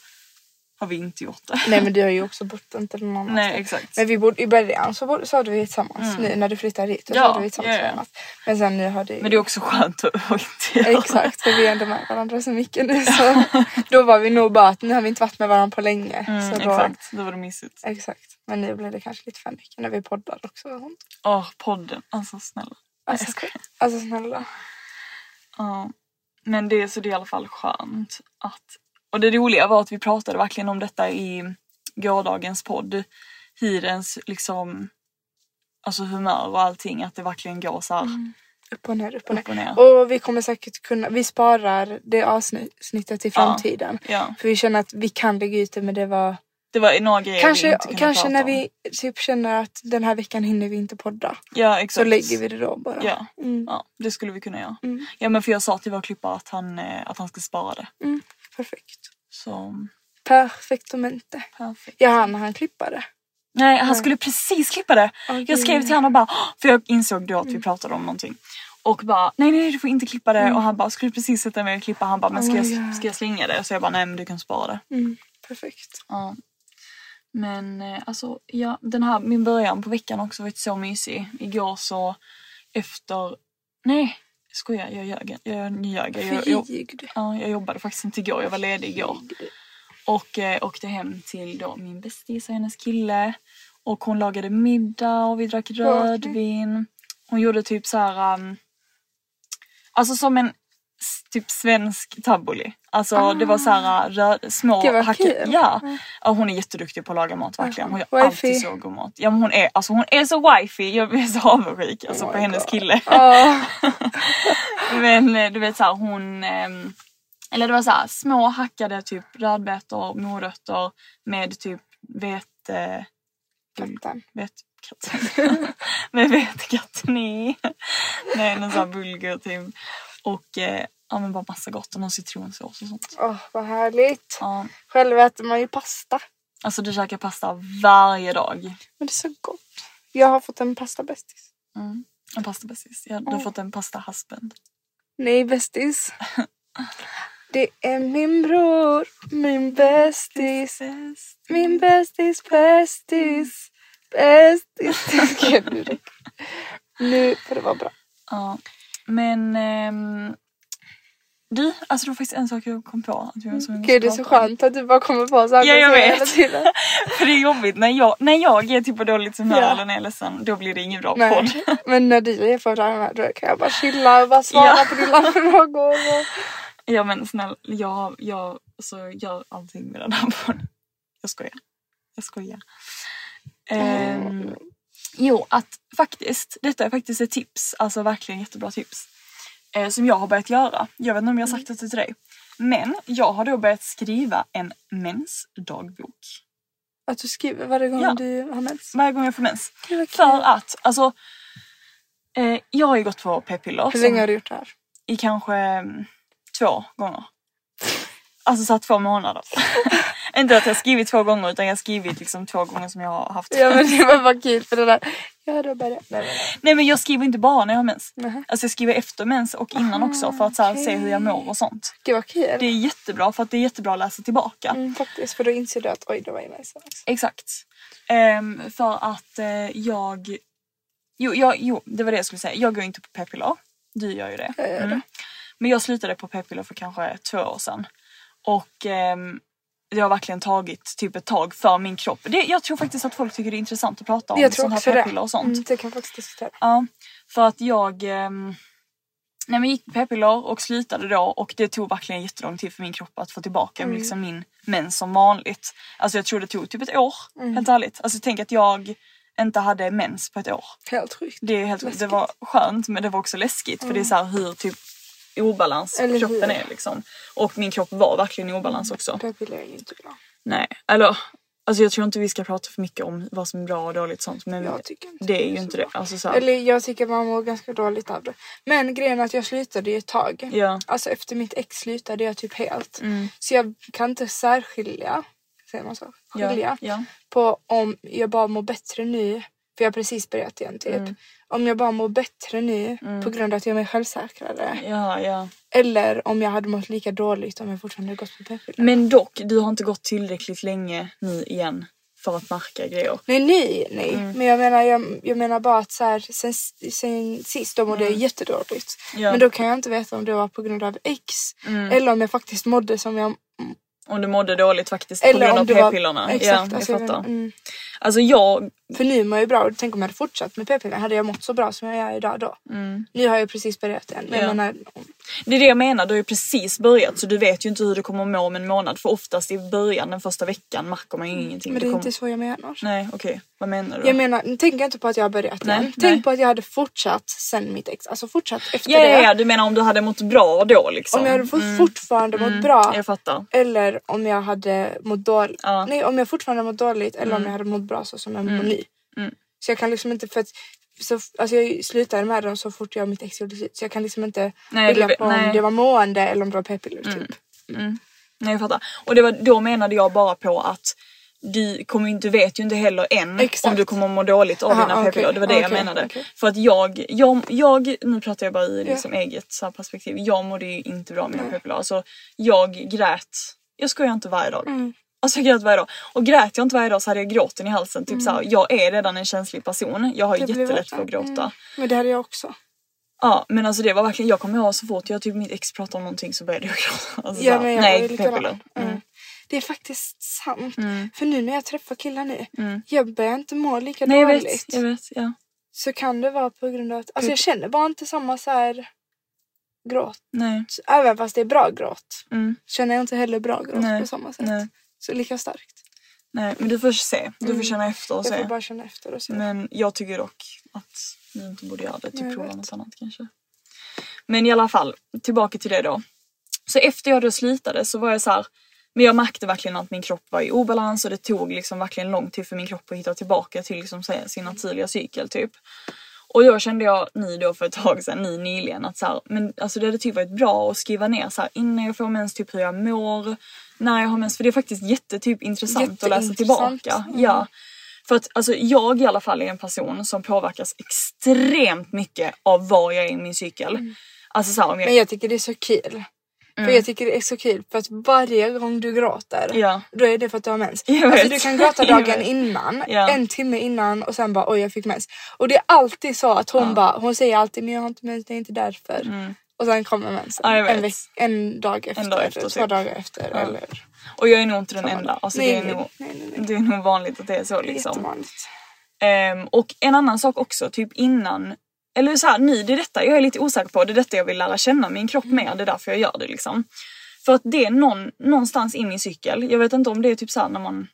[SPEAKER 1] har vi inte gjort det.
[SPEAKER 2] Nej men du har ju också bott inte någon annanstans.
[SPEAKER 1] Nej exakt. Mm.
[SPEAKER 2] Men vi bodde, i början så bodde, sovde vi tillsammans. Nu när du flyttade hit då
[SPEAKER 1] Ja,
[SPEAKER 2] sovde vi tillsammans.
[SPEAKER 1] ja, ja.
[SPEAKER 2] Men sen nu har du...
[SPEAKER 1] Men det är också skönt att att inte göra det.
[SPEAKER 2] Exakt, för vi är ändå med varandra så mycket nu. Så då var vi nog bara att nu har vi inte varit med varandra på länge.
[SPEAKER 1] Mm,
[SPEAKER 2] så då,
[SPEAKER 1] exakt, då var det mysigt.
[SPEAKER 2] exakt. Men nu blir det kanske lite för mycket när vi poddar också. och sånt.
[SPEAKER 1] Åh podden, alltså snälla.
[SPEAKER 2] Alltså, alltså snälla.
[SPEAKER 1] Ja. Men det, så det är i alla fall skönt att... Och det roliga var att vi pratade verkligen om detta i gårdagens podd. Hirens liksom... Alltså humör och allting, att det verkligen går så här.
[SPEAKER 2] Mm. Upp och ner, upp och ner.
[SPEAKER 1] Upp och ner.
[SPEAKER 2] Och vi kommer säkert kunna, vi sparar det avsnittet till framtiden.
[SPEAKER 1] Ja,
[SPEAKER 2] För vi känner att vi kan lägga ut det men det var
[SPEAKER 1] det var några grejer vi
[SPEAKER 2] kanske,
[SPEAKER 1] inte kunde
[SPEAKER 2] kanske
[SPEAKER 1] prata
[SPEAKER 2] när
[SPEAKER 1] om.
[SPEAKER 2] vi typ känner att den här veckan hinner vi inte podda.
[SPEAKER 1] Ja,
[SPEAKER 2] Så
[SPEAKER 1] exakt.
[SPEAKER 2] lägger vi det då bara.
[SPEAKER 1] Ja.
[SPEAKER 2] Mm.
[SPEAKER 1] ja, det skulle vi kunna göra. Ja men för jag sa till vår klippare att han, eh, att han ska spara det.
[SPEAKER 2] Mm. Perfekt.
[SPEAKER 1] Så
[SPEAKER 2] Perfektamente.
[SPEAKER 1] perfekt.
[SPEAKER 2] Ja, han, han klippade.
[SPEAKER 1] Nej, han skulle precis klippa det.
[SPEAKER 2] Åh,
[SPEAKER 1] jag
[SPEAKER 2] gud. Mm.
[SPEAKER 1] skrev till honom och bara, "Åh!" för jag insåg då att vi pratade om någonting. Och bara, nej nej du får inte klippa det. Och han bara, skulle precis sätta mig och klippa. Han bara, men ska,
[SPEAKER 2] Oh my
[SPEAKER 1] jag,
[SPEAKER 2] God.
[SPEAKER 1] ska jag slänga det? Så jag bara, nej men du kan spara det.
[SPEAKER 2] Mm. Perfekt.
[SPEAKER 1] Ja. Men eh, alltså, ja, den här, min början på veckan har också varit så mysig. Igår så efter, nej skojar jag ljög. Jag, nu ljög jag. jag, jag
[SPEAKER 2] Förljug du.
[SPEAKER 1] Ja, jag jobbade faktiskt inte igår. Jag var ledig igår. Och eh, åkte hem till då min bästis och hennes kille. Och hon lagade middag och vi drack rödvin. Hon gjorde typ så här... Um, alltså som en s- typ svensk tabbouleh. Alltså det var så här röd, små
[SPEAKER 2] Ah. Gud, vad
[SPEAKER 1] hackiga-
[SPEAKER 2] kul.
[SPEAKER 1] Ja. ja, hon är jätteduktig på att laga mat verkligen. Hon gör
[SPEAKER 2] Wifey.
[SPEAKER 1] alltid så god mat. Ja, men hon är alltså hon är så wifey. Jag blir så avundsjuk alltså på hennes kille.
[SPEAKER 2] Oh Ja,
[SPEAKER 1] Men eh, du vet så här, hon... ehm, Eller det var så här, små hackade typ rödbetor, morötter med typ eh, vete...
[SPEAKER 2] katten.
[SPEAKER 1] Vetkatt. med vetekattni. Nej, någon sån här bulgur typ. Och eh, ja men bara massa gott och någon citronsås och sånt.
[SPEAKER 2] Åh, vad härligt.
[SPEAKER 1] Ja,
[SPEAKER 2] Själv äter man ju pasta.
[SPEAKER 1] alltså du käkar pasta varje dag.
[SPEAKER 2] Men det är så gott. Jag har fått en pastabästis.
[SPEAKER 1] Mm. En pasta precis. Ja, du har fått en pasta husband.
[SPEAKER 2] Nej, bästis. Det är min bror, min bästis, min bästis, bästis, bästis. Gud, nu räcker det. Nu får det vara bra.
[SPEAKER 1] Ja. Men ehm, du, alltså det var faktiskt en sak jag kom på. Att vi var så
[SPEAKER 2] Gud, det är så skönt att du bara kommer på saker
[SPEAKER 1] Ja, jag
[SPEAKER 2] och ting
[SPEAKER 1] vet.
[SPEAKER 2] hela tiden.
[SPEAKER 1] För det är jobbigt när jag, när jag är typ på dåligt humör
[SPEAKER 2] Ja.
[SPEAKER 1] eller när jag är ledsen, då blir det ingen bra podd.
[SPEAKER 2] Nej, men när du är på den här då kan jag bara chilla och bara svara
[SPEAKER 1] Ja.
[SPEAKER 2] på dina frågor. Och...
[SPEAKER 1] Ja men snälla, jag, jag så gör alltså, allting med den här podden. Jag skojar. Jag skojar.
[SPEAKER 2] Eh.
[SPEAKER 1] Ehm, jo, att faktiskt, detta är faktiskt ett tips, alltså verkligen jättebra tips. Eh, som jag har börjat göra. Jag vet inte om jag har sagt det till dig. Men jag har då börjat skriva en mensdagbok.
[SPEAKER 2] Att du skriver varje gång
[SPEAKER 1] Ja.
[SPEAKER 2] du har mens.
[SPEAKER 1] Varje gång jag får mens.
[SPEAKER 2] Gud, vad kul.
[SPEAKER 1] För att, alltså. Eh, jag har ju gått på p-piller.
[SPEAKER 2] Hur
[SPEAKER 1] som-
[SPEAKER 2] länge har du gjort det här?
[SPEAKER 1] i kanske mm, två gånger. Alltså så här två månader. inte att jag skrivit två gånger utan jag har skrivit liksom två gånger som jag har haft.
[SPEAKER 2] Ja men det var bara kul för det där. Jag hade börjat. Nej, nej, nej.
[SPEAKER 1] Nej men jag skriver inte bara när jag har mens.
[SPEAKER 2] Nähä.
[SPEAKER 1] Alltså jag skriver efter mens och
[SPEAKER 2] Ah,
[SPEAKER 1] innan också för att så här, se hur jag mår och sånt.
[SPEAKER 2] Gud vad kul.
[SPEAKER 1] Det är jättebra för att det är jättebra att läsa tillbaka.
[SPEAKER 2] Mm, faktiskt för då inser du att oj det var ju nice. också.
[SPEAKER 1] Exakt. Ehm, för att eh, jag... Jo, jag... jo, det var det jag skulle säga. Jag går inte på p-piller. Du gör ju det.
[SPEAKER 2] Jag gör
[SPEAKER 1] Mm. Men jag slutade på p-piller för kanske två år sedan. Och ehm, det har verkligen tagit typ ett tag för min kropp. Det, jag tror faktiskt att folk tycker det är intressant att prata om
[SPEAKER 2] Jag tror
[SPEAKER 1] sådana
[SPEAKER 2] också
[SPEAKER 1] här
[SPEAKER 2] det.
[SPEAKER 1] p-piller och sånt.
[SPEAKER 2] Mm, det kan faktiskt diskutera.
[SPEAKER 1] Ja, för att jag ehm, nej, men gick på p-piller och slutade då och det tog verkligen jättelång tid för min kropp att få tillbaka
[SPEAKER 2] Mm.
[SPEAKER 1] liksom min mens som vanligt. Alltså jag tror det tog typ ett år,
[SPEAKER 2] Mm.
[SPEAKER 1] helt ärligt. Alltså tänk att jag inte hade mens på ett år.
[SPEAKER 2] Helt sjukt.
[SPEAKER 1] Det, är helt, det var skönt men det var också läskigt för det är så här hur typ i obalans
[SPEAKER 2] Mm. Eller hur? Mm.
[SPEAKER 1] kroppen är liksom. Och min kropp var verkligen i obalans också.
[SPEAKER 2] Det vill jag ju inte bra.
[SPEAKER 1] Nej, eller alltså jag tror inte vi ska prata för mycket om vad som är bra och dåligt sånt men
[SPEAKER 2] Jag tycker inte
[SPEAKER 1] det är
[SPEAKER 2] det
[SPEAKER 1] ju
[SPEAKER 2] är
[SPEAKER 1] inte
[SPEAKER 2] så
[SPEAKER 1] det.
[SPEAKER 2] bra.
[SPEAKER 1] Alltså, så här,
[SPEAKER 2] Eller jag tycker man mår ganska dåligt av det. Men grejen är att jag slutade ju ett tag.
[SPEAKER 1] Ja. Mm.
[SPEAKER 2] Alltså efter mitt ex slutade jag typ helt. Så jag kan inte särskilja, säger man så?
[SPEAKER 1] ja,
[SPEAKER 2] Skilja.
[SPEAKER 1] ja.
[SPEAKER 2] på om jag bara mår bättre nu, för jag har precis börjat igen typ.
[SPEAKER 1] Mm.
[SPEAKER 2] Om jag bara mår bättre nu på grund av att jag är mer självsäkrare.
[SPEAKER 1] Ja, ja.
[SPEAKER 2] Eller om jag hade mått lika dåligt om jag fortfarande hade gått på p-piller.
[SPEAKER 1] Men dock, du har inte gått tillräckligt länge nu igen för att märka grejer.
[SPEAKER 2] Nej, nej, nej.
[SPEAKER 1] Mm.
[SPEAKER 2] Men jag menar, jag, jag menar bara att så här, sen, sen sist då mådde jag jättedåligt.
[SPEAKER 1] Mm. Ja. Mm.
[SPEAKER 2] Men då kan jag inte veta om det var på grund av X eller om jag faktiskt mådde som jag...
[SPEAKER 1] Om du mådde dåligt faktiskt på
[SPEAKER 2] Eller
[SPEAKER 1] grund
[SPEAKER 2] om
[SPEAKER 1] av
[SPEAKER 2] det var...
[SPEAKER 1] p-pillerna.
[SPEAKER 2] Exakt,
[SPEAKER 1] ja, jag
[SPEAKER 2] alltså,
[SPEAKER 1] fattar.
[SPEAKER 2] menar, mm.
[SPEAKER 1] Alltså jag...
[SPEAKER 2] För nu mår jag ju bra och tänk om jag hade fortsatt med p-piller. Hade jag mått så bra som jag gör idag då? Nu har jag precis börjat igen. Jag
[SPEAKER 1] Mm. Ja.
[SPEAKER 2] menar,
[SPEAKER 1] Det är det jag menar, du har ju precis börjat så du vet ju inte hur du kommer må om en månad för oftast i början, den första veckan, märker man ju ingenting.
[SPEAKER 2] Mm, Men det är
[SPEAKER 1] kommer...
[SPEAKER 2] inte så jag menar.
[SPEAKER 1] Nej okej, vad menar du?
[SPEAKER 2] Jag menar, nu tänker jag inte på att jag har börjat
[SPEAKER 1] Nej,
[SPEAKER 2] igen.
[SPEAKER 1] nej.
[SPEAKER 2] Tänk på att jag hade fortsatt sen mitt ex. Alltså fortsatt efter
[SPEAKER 1] ja, ja,
[SPEAKER 2] det.
[SPEAKER 1] ja, du menar om du hade mått bra då liksom?
[SPEAKER 2] Om jag hade fått fortfarande mått bra.
[SPEAKER 1] Mm. Jag fattar.
[SPEAKER 2] Eller om jag hade mått dåligt.
[SPEAKER 1] Ja. Mm.
[SPEAKER 2] Nej, om jag fortfarande mått dåligt eller om jag hade mått bra så som jag mår nu. Så jag kan liksom inte för att så, alltså jag slutade med dem så fort jag och mitt ex gjorde slut. Så jag kan liksom inte
[SPEAKER 1] Nej,
[SPEAKER 2] skilja
[SPEAKER 1] du vet-
[SPEAKER 2] på om
[SPEAKER 1] nej. Mm.
[SPEAKER 2] det var mående eller om det var p-piller typ.
[SPEAKER 1] Nej jag fattar. Och det var, då menade jag bara på att du kommer ju inte, vet ju inte heller än
[SPEAKER 2] Exakt.
[SPEAKER 1] om du kommer må dåligt av
[SPEAKER 2] Aha,
[SPEAKER 1] dina p-piller.
[SPEAKER 2] okej,
[SPEAKER 1] Det var det jag
[SPEAKER 2] okej,
[SPEAKER 1] menade.
[SPEAKER 2] okej.
[SPEAKER 1] För att jag, jag, jag, nu pratar jag bara i liksom eget så här perspektiv. Jag mådde ju inte bra av mina p-piller. Alltså, jag grät, jag skojar inte varje dag.
[SPEAKER 2] Mm.
[SPEAKER 1] Alltså jag grät varje dag. Och grät jag inte varje dag så hade jag gråten i halsen.
[SPEAKER 2] Mm.
[SPEAKER 1] Typ så här, jag är redan en känslig person. Jag har
[SPEAKER 2] Jag blev
[SPEAKER 1] jättelätt
[SPEAKER 2] borta.
[SPEAKER 1] för att gråta.
[SPEAKER 2] Typ Mm. Men det hade jag också.
[SPEAKER 1] Ja men alltså det var verkligen, jag kommer ihåg så fort jag typ mitt ex pratade om någonting så började jag gråta. Alltså, så
[SPEAKER 2] Ja,
[SPEAKER 1] här,
[SPEAKER 2] men jag
[SPEAKER 1] nej
[SPEAKER 2] är likadan.
[SPEAKER 1] p-piller. Mm.
[SPEAKER 2] Mm. Det är faktiskt sant. För nu när jag träffar killar nu, jag börjar inte må lika
[SPEAKER 1] Nej jag
[SPEAKER 2] dåligt.
[SPEAKER 1] vet, jag vet. Ja.
[SPEAKER 2] Så kan det vara på grund av att, alltså jag känner bara inte samma så här gråt.
[SPEAKER 1] Nej.
[SPEAKER 2] Även fast det är bra gråt
[SPEAKER 1] Mm.
[SPEAKER 2] känner jag inte heller bra gråt
[SPEAKER 1] Nej,
[SPEAKER 2] på samma sätt.
[SPEAKER 1] nej.
[SPEAKER 2] Så lika starkt.
[SPEAKER 1] Nej, men du får se. Du får känna efter och
[SPEAKER 2] Mm. Jag får
[SPEAKER 1] se.
[SPEAKER 2] bara känna efter och se.
[SPEAKER 1] Men jag tycker dock att ni inte borde göra det.
[SPEAKER 2] Nej,
[SPEAKER 1] Typ
[SPEAKER 2] jag
[SPEAKER 1] prova
[SPEAKER 2] vet.
[SPEAKER 1] något annat kanske. Men i alla fall, tillbaka till det då. Så efter jag då slutade så var jag så här. Men jag märkte verkligen att min kropp var i obalans och det tog liksom verkligen lång tid för min kropp att hitta tillbaka till liksom så här sin naturliga cykel typ. Och då kände jag ni då för ett tag sedan, ni nyligen att så här, men alltså det hade typ varit bra att skriva ner så här innan jag får mens typ hur jag mår, när jag har mens för det är faktiskt jättetyp intressant att läsa
[SPEAKER 2] Jätteintressant. Mm.
[SPEAKER 1] tillbaka. Ja. För att alltså, jag i alla fall är en person som påverkas extremt mycket av var jag är i min cykel. Alltså så här, om jag...
[SPEAKER 2] Mm. Men jag tycker det är så kul.
[SPEAKER 1] Mm.
[SPEAKER 2] För jag tycker det är så kul för att varje gång du gråter
[SPEAKER 1] Ja.
[SPEAKER 2] då är det för att du har mens.
[SPEAKER 1] Jag
[SPEAKER 2] Alltså,
[SPEAKER 1] vet.
[SPEAKER 2] du kan gråta
[SPEAKER 1] Jag
[SPEAKER 2] dagen
[SPEAKER 1] vet.
[SPEAKER 2] innan,
[SPEAKER 1] Ja.
[SPEAKER 2] en timme innan och sen bara oj jag fick mens. Och det är alltid så att hon bara, hon säger alltid men jag har inte mens, det är inte därför. Och sen kommer mensen
[SPEAKER 1] Mm. Ja, jag vet.
[SPEAKER 2] en, veck- en dag efter,
[SPEAKER 1] dag efter,
[SPEAKER 2] två
[SPEAKER 1] typ.
[SPEAKER 2] dagar efter. Eller,
[SPEAKER 1] Och jag är nog inte den enda. Alltså,
[SPEAKER 2] Nej,
[SPEAKER 1] det, är
[SPEAKER 2] nej,
[SPEAKER 1] nog,
[SPEAKER 2] nej, nej,
[SPEAKER 1] det är nog vanligt att det är så
[SPEAKER 2] det är
[SPEAKER 1] liksom.
[SPEAKER 2] jättevanligt.
[SPEAKER 1] Ehm, och en annan sak också, typ innan, eller så här, nu, det är detta jag är lite osäker på, det är detta jag vill lära känna min kropp mer,
[SPEAKER 2] Mm.
[SPEAKER 1] det är därför jag gör det liksom. För att det är någon, någonstans i min cykel, jag vet inte om det är typ så här när man,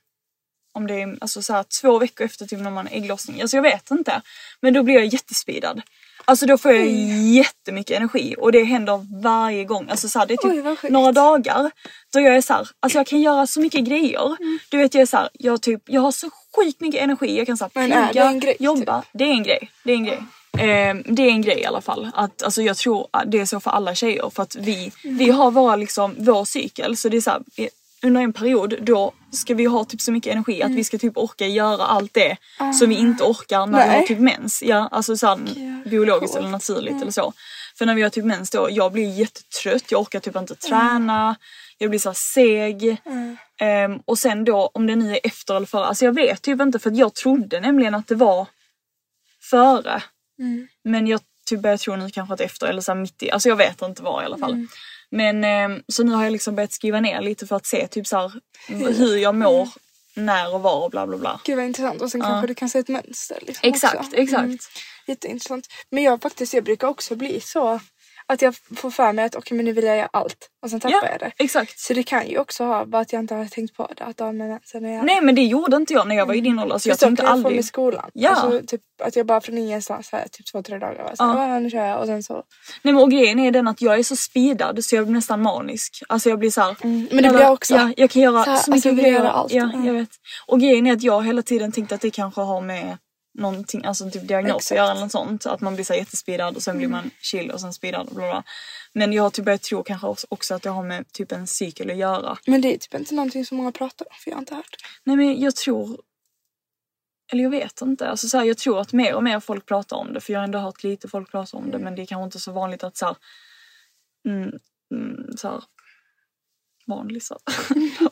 [SPEAKER 1] om det är alltså så här, två veckor efter typ när man har ägglossning, alltså jag vet inte. Men då blir jag jättespeedad. Alltså då får jag jättemycket energi och det händer varje gång. Alltså så här, det är
[SPEAKER 2] Oj,
[SPEAKER 1] typ
[SPEAKER 2] vad sjukt.
[SPEAKER 1] några dagar då jag är så här, alltså jag kan göra så mycket grejer.
[SPEAKER 2] Mm.
[SPEAKER 1] Du vet jag är så här, jag, typ, jag har så sjukt mycket energi. Jag kan så här,
[SPEAKER 2] Men är det
[SPEAKER 1] plugga,
[SPEAKER 2] en grej,
[SPEAKER 1] jobba. Det är en grej. Det är en grej. Ehm, det är en grej i alla fall. Att, alltså, jag tror att det är så för alla tjejer för att vi, vi har våra, liksom, vår cykel. Så det är så här, i- under en period då ska vi ha typ så mycket energi att vi ska typ orka göra allt det som vi inte orkar när vi
[SPEAKER 2] Nej.
[SPEAKER 1] har typ mens. Ja, alltså så här, biologiskt eller naturligt eller så. För när vi har typ mens då, jag blir jättetrött, jag orkar typ inte träna, jag blir så här seg. Ehm, och sen då om det nu är efter eller före, alltså jag vet typ inte för att jag trodde nämligen att det var före.
[SPEAKER 2] Mm.
[SPEAKER 1] Men jag typ börjar tro nu kanske att efter eller så här mitt i, alltså jag vet inte var i alla fall.
[SPEAKER 2] Mm.
[SPEAKER 1] Men ehm, så nu har jag liksom börjat skriva ner lite för att se typ så här, hur jag mår, när och var och bla bla bla.
[SPEAKER 2] Mm. Gud vad intressant och sen kanske du kan se ett mönster. Liksom,
[SPEAKER 1] Exakt,
[SPEAKER 2] också.
[SPEAKER 1] exakt.
[SPEAKER 2] Mm. Jätteintressant. Men jag faktiskt, jag brukar också bli så att jag får för mig att okej men nu vill jag göra allt och sen tappar
[SPEAKER 1] Ja,
[SPEAKER 2] jag det.
[SPEAKER 1] exakt.
[SPEAKER 2] Så det kan ju också ha bara att jag inte har tänkt på det att ja men sen är jag...
[SPEAKER 1] Nej men det gjorde inte jag när jag var i din ålder, så jag
[SPEAKER 2] Mm. Förstår,
[SPEAKER 1] tänkte
[SPEAKER 2] kan jag få med
[SPEAKER 1] aldrig.
[SPEAKER 2] skolan.
[SPEAKER 1] Ja.
[SPEAKER 2] Alltså, typ, att jag bara från ingenstans så här, typ två, tre dagar. Bara, så här, ja. Nu kör jag och sen så.
[SPEAKER 1] Nej men och grejen är den att jag är så speedad så jag blir nästan manisk. Alltså jag blir såhär.
[SPEAKER 2] Mm, men det blir jag också.
[SPEAKER 1] Ja, jag kan göra så,
[SPEAKER 2] Så här,
[SPEAKER 1] mycket
[SPEAKER 2] alltså, jag vill
[SPEAKER 1] grejer.
[SPEAKER 2] göra allt.
[SPEAKER 1] Ja,
[SPEAKER 2] Mm.
[SPEAKER 1] jag vet. Och grejen är att jag hela tiden tänkte att det kanske har med någonting, alltså typ diagnos att
[SPEAKER 2] Exakt. Mm.
[SPEAKER 1] göra eller något sånt. Att man blir såhär jättespeedad och sen blir man chill och sen speedad och bla bla. Men jag har typ börjat tro kanske också- också att det har med typ en cykel att göra.
[SPEAKER 2] Men det är typ inte någonting som många pratar om för jag har inte hört.
[SPEAKER 1] Nej men jag tror... Eller jag vet inte. Alltså, så här, jag tror att mer och mer folk pratar om det. För jag har ändå hört lite folk prata om det. Men det är kanske inte så vanligt att så här, mm, mm, så här, vanlig så här.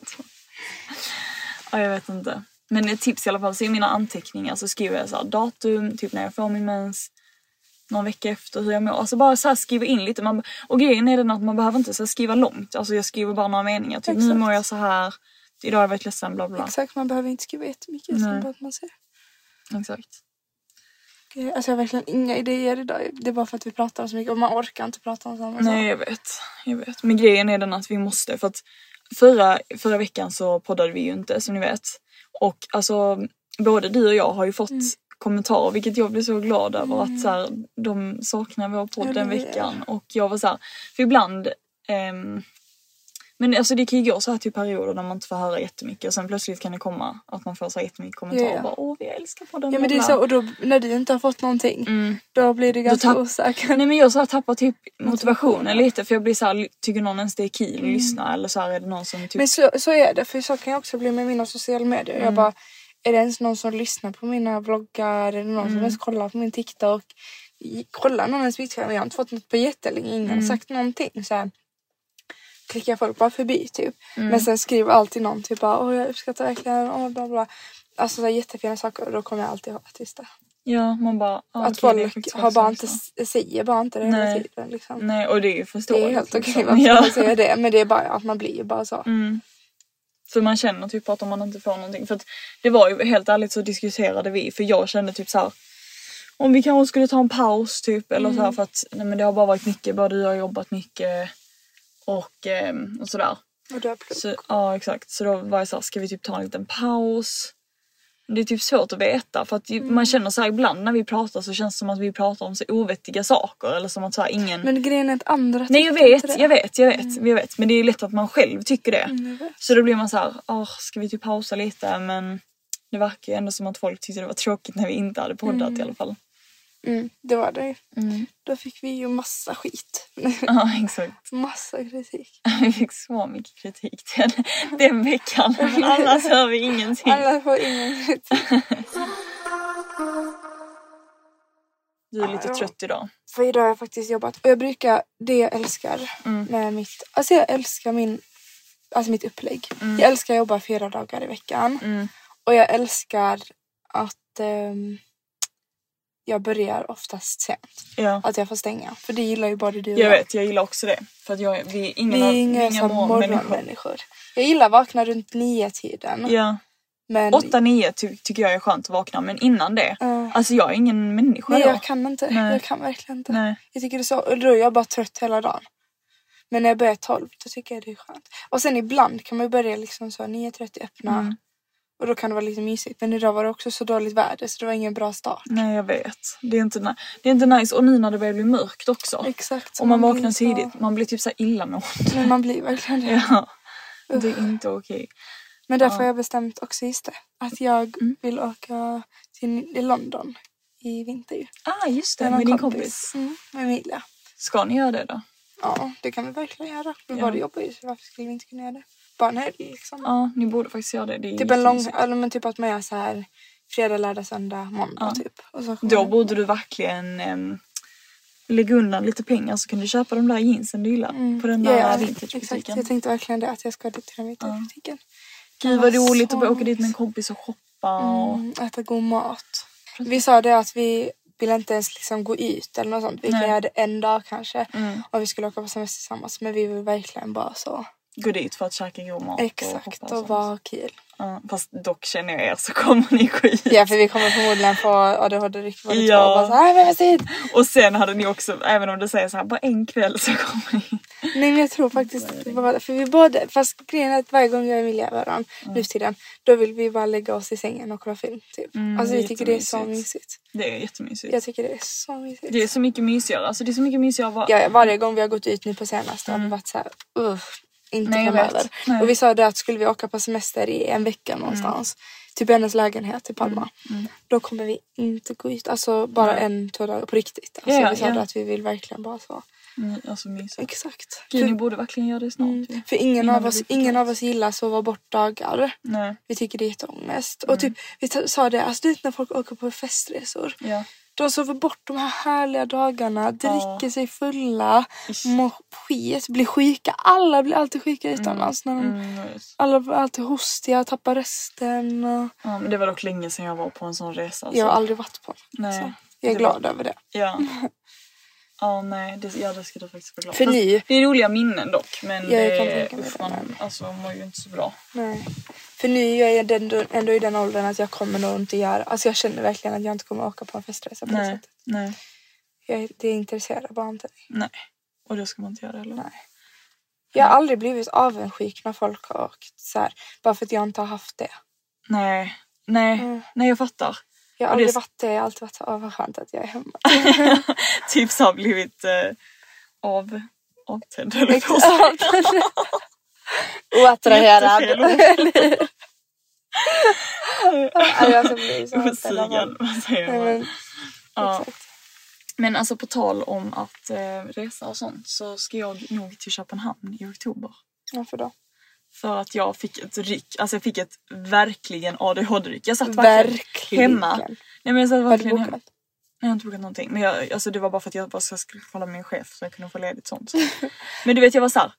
[SPEAKER 1] ja, jag vet inte. Men ett tips i alla fall. Så i mina anteckningar så skriver jag så här, datum, typ när jag får min mens. Någon vecka efter hur jag mår. Alltså bara så här skriva in lite. Man, och grejen är den att man behöver inte så här skriva långt. Alltså jag skriver bara några meningar. Typ nu
[SPEAKER 2] Exakt.
[SPEAKER 1] mår jag så här. Idag har jag varit ledsen bla bla. bla.
[SPEAKER 2] Exakt man behöver inte skriva jättemycket.
[SPEAKER 1] Nej.
[SPEAKER 2] Som bara att man ser.
[SPEAKER 1] Exakt.
[SPEAKER 2] Okej, Alltså jag har verkligen inga idéer idag. Det är bara för att vi pratar om så mycket och man orkar inte prata om samma
[SPEAKER 1] Nej jag vet, jag vet. Men grejen är den att vi måste för att förra, förra veckan så poddade vi ju inte som ni vet. Och alltså både du och jag har ju fått
[SPEAKER 2] Mm.
[SPEAKER 1] kommentarer vilket jag blev så glad över att så här, de saknar vår podd
[SPEAKER 2] Ja, det
[SPEAKER 1] den
[SPEAKER 2] gör jag.
[SPEAKER 1] veckan. Och jag var så här, för ibland ehm, men alltså det kan ju gå så här till perioder när man inte får höra jättemycket och sen plötsligt kan det komma att man får så här jättemycket kommentarer
[SPEAKER 2] Ja, ja.
[SPEAKER 1] bara åh vi älskar podden. bla,
[SPEAKER 2] Ja men det är
[SPEAKER 1] bla."
[SPEAKER 2] så och då när du inte har fått någonting då blir du ganska
[SPEAKER 1] Mm. tapp-
[SPEAKER 2] osäker.
[SPEAKER 1] Nej men jag så här tappar typ motivationen lite för jag blir så här, tycker någon ens det är kul att lyssna eller så här är det någon som typ
[SPEAKER 2] Mm. Men så, så är det för så kan jag också bli med mina sociala medier.
[SPEAKER 1] Mm.
[SPEAKER 2] Jag bara är det ens någon som lyssnar på mina vloggar? Är det någon
[SPEAKER 1] Mm.
[SPEAKER 2] som ens kollar på min TikTok? I- Kollar någon ens mitt skärm? Jag har inte fått något på jättelänge. Ingen
[SPEAKER 1] Mm.
[SPEAKER 2] har sagt någonting. Så här, klickar folk bara förbi typ.
[SPEAKER 1] Mm.
[SPEAKER 2] Men sen skriver alltid någon typ bara åh jag uppskattar verkligen åh bla bla. Alltså så här, jättefina saker och då kommer jag alltid vara tysta.
[SPEAKER 1] ja man bara ah,
[SPEAKER 2] att
[SPEAKER 1] okej, det är
[SPEAKER 2] folk
[SPEAKER 1] faktiskt
[SPEAKER 2] har
[SPEAKER 1] folk
[SPEAKER 2] bara
[SPEAKER 1] som
[SPEAKER 2] inte,
[SPEAKER 1] lyssnar.
[SPEAKER 2] s- säger bara inte det hela
[SPEAKER 1] Nej.
[SPEAKER 2] tiden. Liksom.
[SPEAKER 1] Nej och det är ju
[SPEAKER 2] Det
[SPEAKER 1] förståeligt.
[SPEAKER 2] är helt okej
[SPEAKER 1] liksom.
[SPEAKER 2] varför
[SPEAKER 1] ja. Mm.
[SPEAKER 2] man säger det men det är bara att man blir ju bara så.
[SPEAKER 1] För man känner typ att om man inte får någonting för att det var ju helt ärligt så diskuterade vi för jag kände typ så här om vi kanske skulle ta en paus typ eller så här
[SPEAKER 2] Mm.
[SPEAKER 1] för att nej, men det har bara varit mycket, både du har jobbat mycket och, ehm, och sådär.
[SPEAKER 2] Och du har plugg.
[SPEAKER 1] Så, ja exakt, så då var jag såhär, ska vi typ ta en liten paus? Det är typ svårt att veta för att ju-
[SPEAKER 2] Mm.
[SPEAKER 1] man känner så här ibland när vi pratar så känns det som att vi pratar om så ovettiga saker eller som att så här, ingen...
[SPEAKER 2] Men grejen är att andra
[SPEAKER 1] Nej jag
[SPEAKER 2] tycker inte
[SPEAKER 1] vet,
[SPEAKER 2] det. Mm.
[SPEAKER 1] jag vet, jag vet, jag vet. Men det är lätt att man själv tycker det. Så då blir man så här, "Åh, ska vi typ pausa lite? Men det verkar ju ändå som att folk tyckte det var tråkigt när vi inte hade poddat i alla fall.
[SPEAKER 2] Mm, det var det ju.
[SPEAKER 1] Mm.
[SPEAKER 2] Då fick vi ju massa skit.
[SPEAKER 1] Ja exakt.
[SPEAKER 2] massa kritik.
[SPEAKER 1] Vi fick så mycket kritik den, den veckan. Annars hör vi ingenting.
[SPEAKER 2] Alla får ingen kritik.
[SPEAKER 1] Du är lite
[SPEAKER 2] Ja.
[SPEAKER 1] trött idag.
[SPEAKER 2] För idag har jag faktiskt jobbat. Och jag brukar, det jag älskar
[SPEAKER 1] Mm.
[SPEAKER 2] med mitt... Alltså jag älskar min... Alltså mitt upplägg. Jag älskar att jobba fyra dagar i veckan.
[SPEAKER 1] Mm.
[SPEAKER 2] Och jag älskar att ehm, jag börjar oftast sent.
[SPEAKER 1] Ja.
[SPEAKER 2] Att jag får stänga. För det gillar ju både du och
[SPEAKER 1] Jag vet, jag gillar också det. För att jag, vi är
[SPEAKER 2] Vi
[SPEAKER 1] ingen,
[SPEAKER 2] är inga, så här
[SPEAKER 1] morgonmänniskor.
[SPEAKER 2] morgonmänniskor. Jag gillar att vakna runt nio tiden.
[SPEAKER 1] liksom- Ja.
[SPEAKER 2] Men
[SPEAKER 1] 8-9 ty- tycker jag är skönt att vakna men innan det.
[SPEAKER 2] Ja.
[SPEAKER 1] Alltså jag är ingen människa
[SPEAKER 2] Nej,
[SPEAKER 1] då.
[SPEAKER 2] jag kan inte.
[SPEAKER 1] Nej.
[SPEAKER 2] Jag kan verkligen inte.
[SPEAKER 1] Nej.
[SPEAKER 2] Jag tycker det är så. Och då är jag bara trött hela dagen. Men när jag börjar 12 då tycker jag det är skönt. Och sen ibland kan man ju börja liksom så 9.30 öppna.
[SPEAKER 1] Mm.
[SPEAKER 2] Och då kan det vara lite mysigt. Men idag var det också så dåligt väder så det var ingen bra start.
[SPEAKER 1] Nej jag vet. Det är, inte, ni- det är inte nice. Och nu när det börjar bli mörkt också.
[SPEAKER 2] Exakt. så
[SPEAKER 1] Om man,
[SPEAKER 2] blir
[SPEAKER 1] vaknar
[SPEAKER 2] så-
[SPEAKER 1] tidigt, man blir typ såhär illamående.
[SPEAKER 2] Men man blir verkligen det.
[SPEAKER 1] ja. Det är inte okej.
[SPEAKER 2] Men därför har jag bestämt också just det. Att jag
[SPEAKER 1] Mm.
[SPEAKER 2] vill åka till till London i vinter ju.
[SPEAKER 1] Ah just det,
[SPEAKER 2] någon
[SPEAKER 1] med din kompis.
[SPEAKER 2] Mm, med Emilia.
[SPEAKER 1] Ska ni göra det då?
[SPEAKER 2] Ja, det kan vi verkligen göra. Vi
[SPEAKER 1] Ja.
[SPEAKER 2] båda jobbar ju så varför skulle vi inte kunna göra det? Bara en helg liksom.
[SPEAKER 1] Ja, ni borde faktiskt göra det. det är
[SPEAKER 2] Typ en lång,
[SPEAKER 1] jättemysigt.
[SPEAKER 2] eller men typ att man gör så här fredag, lördag, söndag, måndag typ. Och så kommer
[SPEAKER 1] Då
[SPEAKER 2] det-
[SPEAKER 1] borde du verkligen ehm, lägga undan lite pengar så kan du köpa de där jeansen du gillar på den där
[SPEAKER 2] Mm. Ja, ja, exakt.
[SPEAKER 1] vintagebutiken.
[SPEAKER 2] Jag tänkte verkligen det, att jag ska dit till den vita butiken.
[SPEAKER 1] Gud vad
[SPEAKER 2] Det var
[SPEAKER 1] roligt att
[SPEAKER 2] så
[SPEAKER 1] bara åka dit med en kompis och shoppa och...
[SPEAKER 2] Mm, äta god mat. Vi sa det att vi ville inte ens liksom gå ut eller något sånt. Vi kan
[SPEAKER 1] Nej. Mm.
[SPEAKER 2] göra det en dag kanske. Och vi skulle åka på semester tillsammans. Men vi vill verkligen bara så.
[SPEAKER 1] gå dit för att käka god mat och
[SPEAKER 2] Exakt
[SPEAKER 1] shoppa
[SPEAKER 2] och
[SPEAKER 1] sånt.
[SPEAKER 2] vara kul.
[SPEAKER 1] Ja, fast dock känner jag er så kommer ni gå ut.
[SPEAKER 2] Ja för vi kommer förmodligen få ADHD-ryck båda två
[SPEAKER 1] Ja.
[SPEAKER 2] och bara "Äh, såhär, men precis!
[SPEAKER 1] Och sen hade ni också, även om det säger så här, bara en kväll så kommer ni.
[SPEAKER 2] Nej men jag tror faktiskt att vi bara, för vi båda, fast grejen är att varje gång jag och Emilia är varandra
[SPEAKER 1] Mm.
[SPEAKER 2] nu för tiden, då vill vi bara lägga oss i sängen och kolla film typ.
[SPEAKER 1] Mm,
[SPEAKER 2] alltså
[SPEAKER 1] det
[SPEAKER 2] vi
[SPEAKER 1] är
[SPEAKER 2] tycker det är så
[SPEAKER 1] jättemysigt.
[SPEAKER 2] mysigt.
[SPEAKER 1] Det är jättemysigt.
[SPEAKER 2] Jag tycker det är så mysigt.
[SPEAKER 1] Det är så mycket mysigare, alltså det är så mycket mysigare att vara...
[SPEAKER 2] ja, ja, varje gång vi har gått ut nu på senaste har vi varit såhär, uff, inte
[SPEAKER 1] Nej, jag
[SPEAKER 2] framöver.
[SPEAKER 1] vet. Nej.
[SPEAKER 2] Och vi sa det att skulle vi åka på semester i en vecka någonstans,
[SPEAKER 1] Mm.
[SPEAKER 2] typ i hennes lägenhet i Palma, då kommer vi inte gå ut, alltså bara en, två dagar på riktigt. Alltså,
[SPEAKER 1] Ja,
[SPEAKER 2] vi sa
[SPEAKER 1] ja.
[SPEAKER 2] det att vi vill verkligen bara så.
[SPEAKER 1] Mm, alltså mysigt.
[SPEAKER 2] Exakt.
[SPEAKER 1] Gud,
[SPEAKER 2] För- Mm.
[SPEAKER 1] ni borde verkligen göra det snart. ju.
[SPEAKER 2] För ingen
[SPEAKER 1] Innan
[SPEAKER 2] av,
[SPEAKER 1] det
[SPEAKER 2] oss,
[SPEAKER 1] blir för
[SPEAKER 2] ingen
[SPEAKER 1] kallt.
[SPEAKER 2] av oss gillar att sova bort dagar.
[SPEAKER 1] Nej,
[SPEAKER 2] Vi tycker det är jätteångest.
[SPEAKER 1] Mm.
[SPEAKER 2] Och typ, vi t- sa det, alltså du vet när folk åker på festresor.
[SPEAKER 1] ja.
[SPEAKER 2] De sover bort de här härliga dagarna, dricker sig fulla,
[SPEAKER 1] Ish.
[SPEAKER 2] mår skit, blir sjuka. Alla blir alltid sjuka utomlands. När de,
[SPEAKER 1] Mm, jag vet.
[SPEAKER 2] Alla blir alltid hostiga, tappar rösten. Och...
[SPEAKER 1] ja, men det var dock länge sedan jag var på en sån resa. Alltså.
[SPEAKER 2] Jag har aldrig varit på en.
[SPEAKER 1] Nej,
[SPEAKER 2] Så jag är
[SPEAKER 1] det
[SPEAKER 2] glad över det.
[SPEAKER 1] Ja. Ja, nej, det, ja, det ska du faktiskt vara glad
[SPEAKER 2] För
[SPEAKER 1] Fast
[SPEAKER 2] ni-
[SPEAKER 1] Det är roliga minnen dock, men
[SPEAKER 2] Ja, jag kan
[SPEAKER 1] det,
[SPEAKER 2] tänka mig det.
[SPEAKER 1] man alltså, mår ju inte så bra.
[SPEAKER 2] Nej. För nu är jag ändå, ändå i den åldern att jag kommer nog inte göra... Alltså jag känner verkligen att jag inte kommer åka på en festresa på det
[SPEAKER 1] Nej,
[SPEAKER 2] sättet.
[SPEAKER 1] nej,
[SPEAKER 2] Jag, det intresserar bara inte mig.
[SPEAKER 1] nej. Och det ska man inte göra heller.
[SPEAKER 2] Jag har
[SPEAKER 1] Mm.
[SPEAKER 2] aldrig blivit avundsjuk när folk har åkt så här, bara för att jag inte har haft det.
[SPEAKER 1] Nej, nej,
[SPEAKER 2] Mm.
[SPEAKER 1] nej jag fattar.
[SPEAKER 2] Jag har
[SPEAKER 1] Och det är
[SPEAKER 2] aldrig
[SPEAKER 1] s-
[SPEAKER 2] varit det. Jag har alltid varit så "Åh, vad skönt att jag är hemma.
[SPEAKER 1] Tips Typ har blivit eh, av avtänd höll jag på att säga.
[SPEAKER 2] Exakt.
[SPEAKER 1] Jättefel
[SPEAKER 2] Oattraherad.
[SPEAKER 1] ord.
[SPEAKER 2] Ja, jag som blir så
[SPEAKER 1] Osugen, vad säger
[SPEAKER 2] Nej,
[SPEAKER 1] man?
[SPEAKER 2] men,
[SPEAKER 1] Ja.
[SPEAKER 2] exakt.
[SPEAKER 1] Men alltså på tal om att eh, resa och sånt så ska jag nog till Köpenhamn i oktober.
[SPEAKER 2] Varför då?
[SPEAKER 1] För att jag fick ett ryck, alltså jag fick ett verkligen ADHD-ryck. Jag satt verkligen,
[SPEAKER 2] Verkligen.
[SPEAKER 1] hemma. Nej men jag satt
[SPEAKER 2] Har du
[SPEAKER 1] verkligen hemma.
[SPEAKER 2] bokat?
[SPEAKER 1] Nej, jag har inte bokat någonting. Men jag, alltså, det var bara för att jag bara ska- skulle kolla med min chef så jag kunde få ledigt sånt. Men du vet jag var såhär.